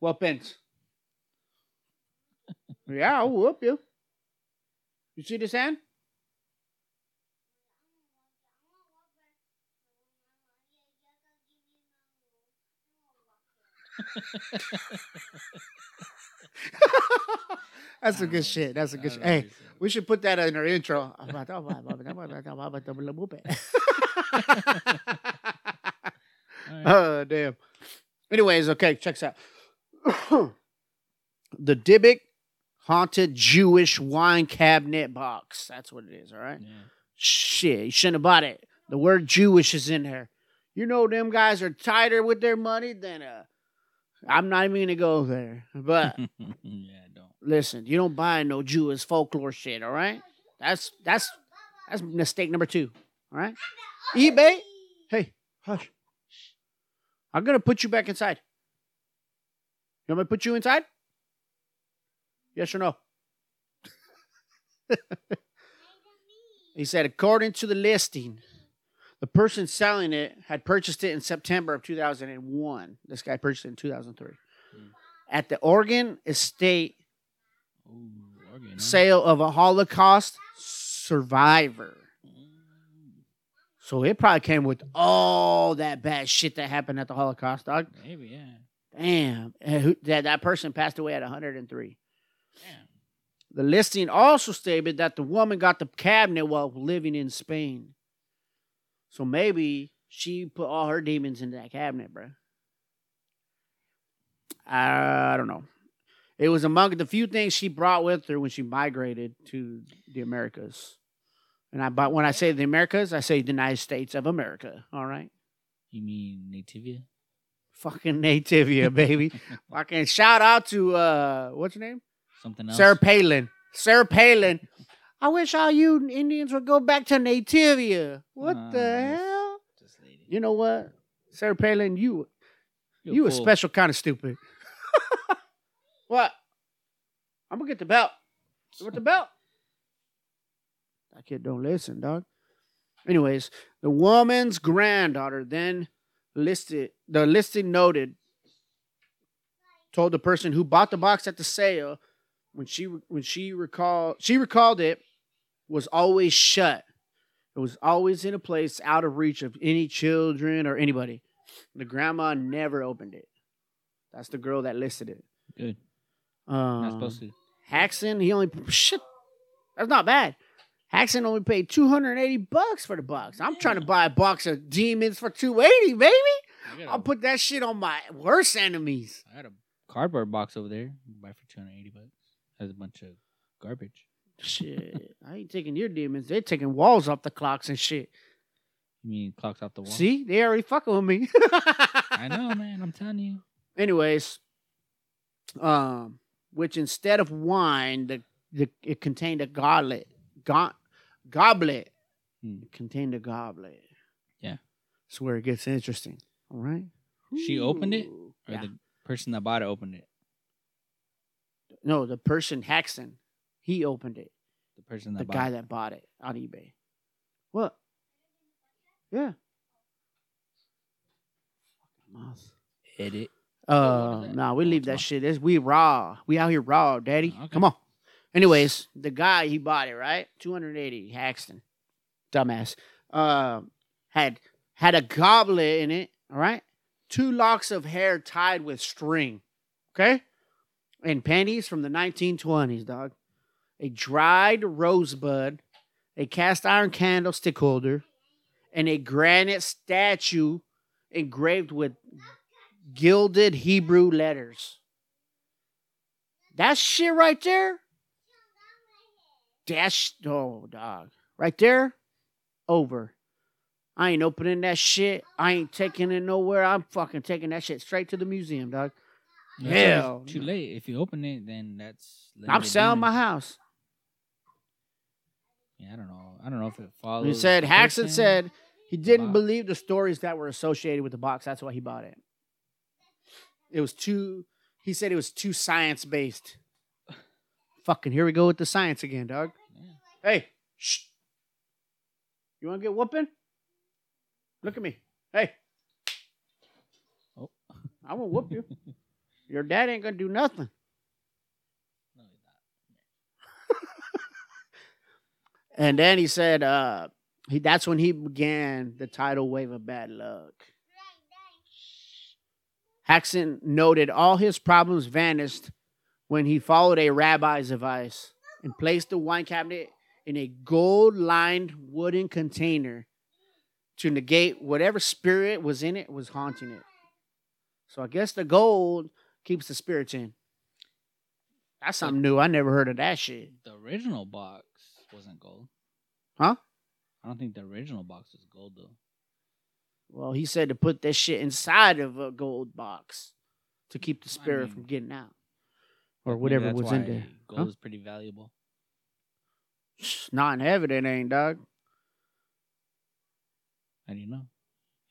A: weapons." yeah, I'll whoop you. You see this hand? That's some
B: I don't know.
A: good shit. That's some
B: I
A: good
B: don't
A: shit.
B: know
A: Hey,
B: what you're saying.
A: we should put that in our intro. oh
B: All right.
A: damn. Anyways, okay, checks out. the Dybbuk haunted Jewish wine cabinet box. That's what it is, all right?
B: Yeah.
A: Shit, you shouldn't have bought it. The word Jewish is in there. You know them guys are tighter with their money than uh I'm not even gonna go there. But
B: yeah, I don't.
A: listen, you don't buy no Jewish folklore shit, all right? That's that's that's mistake number two, all right? eBay, hey, Hush. I'm gonna put you back inside. You want me to put you inside? Yes or no? he said, according to the listing, the person selling it had purchased it in September of 2001. This guy purchased it in 2003.
B: Hmm.
A: At the Oregon Estate
B: Ooh, organ, huh?
A: sale of a Holocaust survivor.
B: Mm,
A: So it probably came with all that bad shit that happened at the Holocaust, dog.
B: Maybe, yeah.
A: Damn. And who- that, that person passed away at 103.
B: Damn.
A: The listing also stated that the woman got the cabinet while living in Spain. So maybe she put all her demons into that cabinet, bro. I don't know. It was among the few things she brought with her when she migrated to the Americas. And I but when I say the Americas, I say the United States of America. All right.
B: You mean Nativia?
A: Fucking Nativia, baby. Fucking shout out to uh what's her name?
B: Something else?
A: Sarah Palin. Sarah Palin. I wish all you Indians would go back to Nativia. What
B: Ah,
A: the
B: yes.
A: hell?
B: This lady.
A: You know what? Sarah Palin, you
B: You're
A: you a
B: fool.
A: special kind of stupid. what? I'm gonna get the belt. You want the belt? That kid don't listen, dog. Anyways, the woman's granddaughter then listed the listing noted told the person who bought the box at the sale when she when she recalled she recalled it was always shut. It was always in a place out of reach of any children or anybody. The grandma never opened it. That's the girl that listed it.
B: Good.
A: Um,
B: Not supposed to.
A: Haxon, he only shit. That's not bad. Haxon only paid 280 bucks for the box. I'm trying to buy a box of demons for 280, baby.
B: I got,
A: I'll
B: a,
A: put that shit on my worst enemies.
B: I got a cardboard box over there. You can Buy for 280 bucks. Has a bunch of garbage.
A: Shit. I ain't taking your demons. They're taking walls off the clocks and shit.
B: You mean clocks off the wall?
A: See? They already fucking with me.
B: I know, man. I'm telling you.
A: Anyways, um, which instead of wine, the, the it contained a goblet, go, goblet.
B: Hmm.
A: It contained a goblet.
B: Yeah.
A: that's where it gets interesting. All right.
B: She opened it?
A: Ooh.
B: Or
A: Yeah.
B: the person that bought it opened it.
A: no, the person Haxton, he opened it.
B: The person that
A: the
B: bought
A: guy
B: it.
A: that bought it on eBay. What? Yeah. Mouth.
B: Edit.
A: Uh,
B: that?
A: nah, we
B: Oh,
A: leave
B: it's
A: that
B: not.
A: shit. That's, we raw. We out here raw, daddy.
B: Oh, okay.
A: Come on. Anyways, the guy he bought it right, two hundred eighty. Haxton, dumbass, uh, had had a goblet in it. All right, two locks of hair tied with string. Okay, and panties from the nineteen twenties, dog. A dried rosebud, a cast iron candlestick holder, and a granite statue engraved with gilded Hebrew letters. That shit right there. Dash, oh dog, right there, over. I ain't opening that shit. I ain't taking it nowhere. I'm fucking taking that shit straight to the museum, dog.
B: No, it's always
A: Hell
B: Too
A: no.
B: late. If you open it, then that's.
A: I'm
B: limited
A: selling my
B: damage.
A: house.
B: Yeah, I don't know. I don't know if it follows.
A: He said
B: the
A: Haxon
B: person.
A: said he didn't
B: box.
A: believe the stories that were associated with the box. That's why he bought it. It was too. He said it was too science based. Fucking here we go with the science again, dog.
B: Yeah.
A: Hey, shh. You want to get whooping? Look at me. Hey.
B: Oh.
A: I won't whoop you. Your dad ain't gonna do nothing.
B: No, he's not.
A: And then he said, uh, he that's when he began the tidal wave of bad luck. Haxon noted all his problems vanished when he followed a rabbi's advice and placed the wine cabinet in a gold lined wooden container to negate whatever spirit was in it was haunting it. So I guess the gold keeps the spirits in. That's something new. I never heard of that shit.
B: The original box wasn't gold.
A: Huh?
B: I don't think the original box was gold though.
A: Well, he said to put that shit inside of a gold box to keep the
B: I
A: spirit
B: mean-
A: from getting out or
B: Maybe
A: whatever
B: that's
A: was in
B: why
A: there.
B: Gold
A: Huh?
B: is pretty valuable.
A: It's Not in heaven, it ain't, dog.
B: I do you know?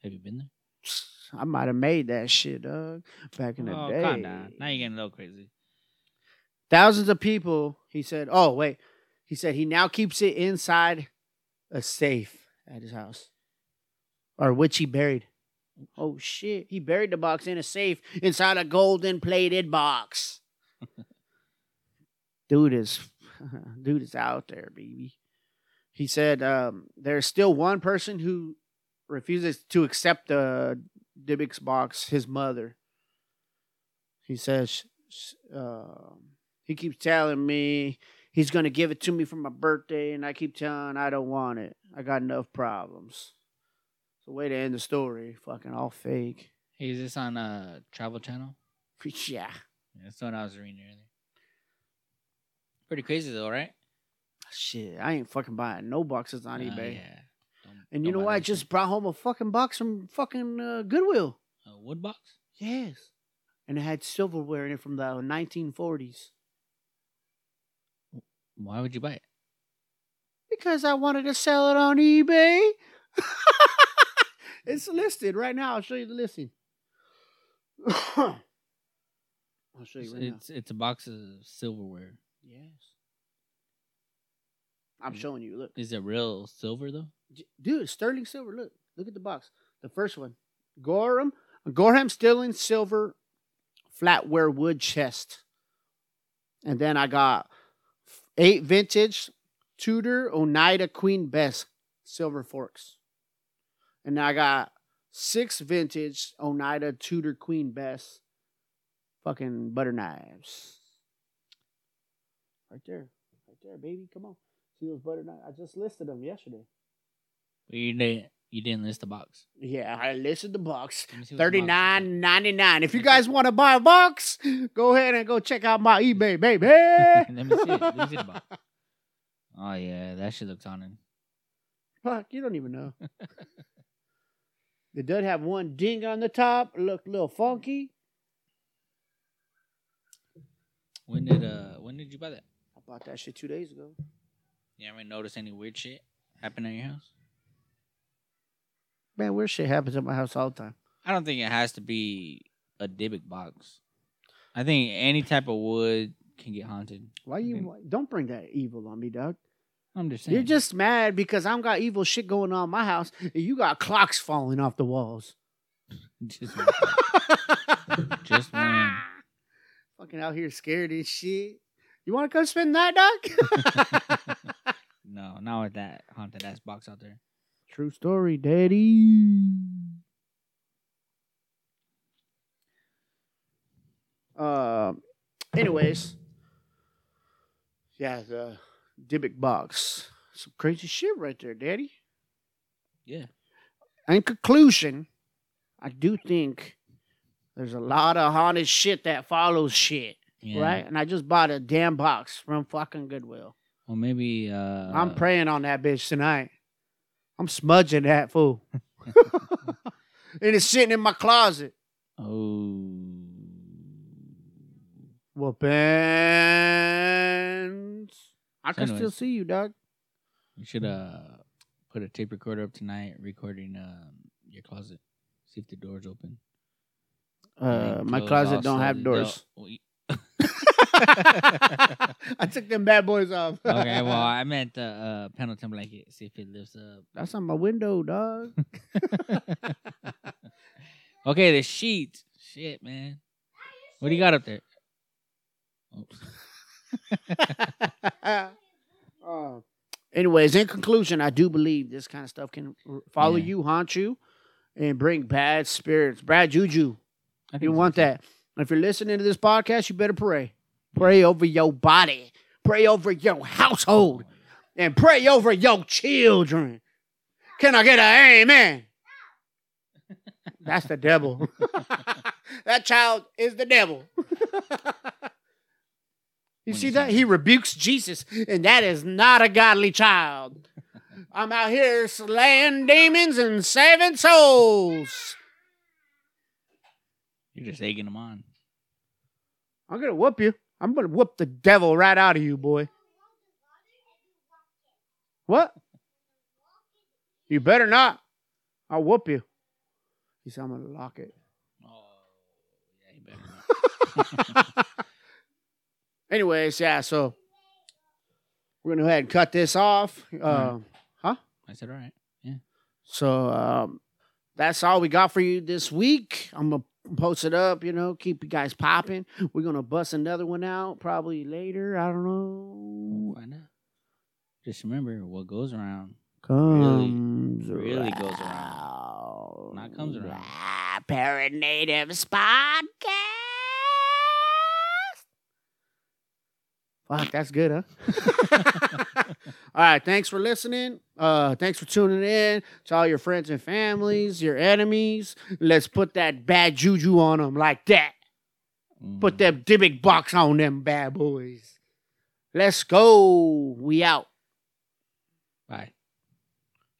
B: Have you been there?
A: I might have made that shit, dog, back in the
B: oh,
A: day.
B: calm down. Now you're getting a little crazy.
A: Thousands of people, he said. Oh, wait. He said he now keeps it inside a safe at his house, or which he buried. Oh, shit. He buried the box in a safe inside a golden plated box. dude is dude is out there, baby. He said um, there's still one person who refuses to accept the Dibbick's box, his mother. He says uh, he keeps telling me he's going to give it to me for my birthday, and I keep telling I don't want it. I got enough problems. So way to end the story. Fucking all fake.
B: Hey, is this on uh Travel Channel?
A: yeah.
B: Yeah, that's the one I was reading earlier. Pretty crazy though, right?
A: Shit, I ain't fucking buying no boxes on
B: Uh,
A: eBay.
B: yeah. Don't-
A: And you
B: don't
A: know what?
B: buy
A: I
B: that
A: just
B: shit.
A: brought home a fucking box from fucking uh, Goodwill.
B: a wood box.
A: Yes. And it had silverware in it from the 1940s.
B: Why would you buy it?
A: Because I wanted to sell it on eBay. it's listed right now. I'll show you the listing. I'll show
B: It's
A: you right now.
B: it's, it's a box of silverware.
A: Yes. I'm
B: Mm.
A: showing you. Look.
B: Is it real silver though?
A: J- Dude, sterling silver. Look. Look at the box. The first one. Gorham. Gorham sterling silver flatware wood chest. And then I got f- eight vintage Tudor Oneida Queen Bess silver forks. And I got six vintage Oneida Tudor Queen Bess fucking butter knives. Right there. Right there, baby. Come on. See those butter knives? I just listed them yesterday.
B: You didn't. You didn't list the box.
A: Yeah, I listed the box.
B: Let me see what the box
A: Thirty
B: is.
A: nine ninety nine. If you guys want to buy a box, go ahead and go check out my eBay, baby. Let
B: me see it. Let me see the box. Oh yeah, that shit looks on it.
A: Fuck, you don't even know. it does have one ding on the top. Look a little funky.
B: When did uh when did you buy that?
A: I bought that shit two days ago.
B: You ever notice any weird shit happen at your house?
A: Man, weird shit happens at my house all the time.
B: I don't think it has to be a Dybbuk box. I think any type of wood can get haunted.
A: Why you don't bring that evil on me, dog?
B: I'm just saying.
A: You're just mad because I'm got evil shit going on in my house, and you got clocks falling off the walls.
B: just
A: Just
B: Just one.
A: Fucking out here scared and shit. You want to come spend the night, Doc?
B: no, not with that haunted ass box out there.
A: True story, Daddy. Um. Anyways, yeah, the Dybbuk box. Some crazy shit right there, Daddy.
B: Yeah.
A: In conclusion, I do think there's a lot of haunted shit that follows shit,
B: yeah.
A: right? And I just bought a damn box from fucking Goodwill.
B: Well, maybe. Uh,
A: I'm praying on that bitch tonight. I'm smudging that fool. and it's sitting in my closet.
B: Oh.
A: Whoopins. I can
B: Anyways.
A: still see you, dog.
B: We should uh
A: Mm-hmm.
B: put a tape recorder up tonight, recording um your closet. See if the door's open.
A: Uh,
B: And
A: my
B: close
A: closet
B: off
A: don't have
B: slowly.
A: doors.
B: No, we-
A: I took them bad boys off.
B: okay, well, I meant the uh, Pendleton blanket. See if it lifts up.
A: that's on my window, dog.
B: okay, the sheet. Shit, man. What do you got up there? Oh, Oops.
A: Uh, anyways, in conclusion, I do believe this kind of stuff can r- follow
B: Yeah.
A: you, haunt you, and bring bad spirits, bad juju.
B: I
A: You
B: think
A: want
B: so, too.
A: that. If you're listening to this podcast, you better pray. Pray over your body, pray over your household, and pray over your children. Can I get an amen? That's the devil. that child is the devil. you
B: When
A: see
B: he's
A: that?
B: angry.
A: He rebukes Jesus, and that is not a godly child. I'm out here slaying demons and saving souls.
B: You're just egging them on.
A: I'm gonna whoop you. I'm gonna whoop the devil right out of you, boy. What? You better not. I'll whoop you. He said, I'm going to lock it.
B: Oh, yeah, you better. not.
A: Anyways, yeah, so we're going to go ahead and cut this off. Uh,
B: Alright. I said, all right.
A: So um, that's all we got for you this week. I'm going to post it up, you know, keep you guys popping. We're going to bust another one out probably later. I don't know.
B: Why not? Just remember what goes around.
A: Comes
B: really goes around.
A: around.
B: Not comes around.
A: Ah, Paranatives podcast. Fuck, that's good, huh? all right, thanks for listening. Uh, thanks for tuning in to all your friends and families, your enemies. Let's put that bad juju on them like that.
B: Mm.
A: Put that dimmick box on them bad boys. Let's go. We out.
B: Bye.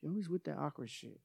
A: You're always with that awkward shit.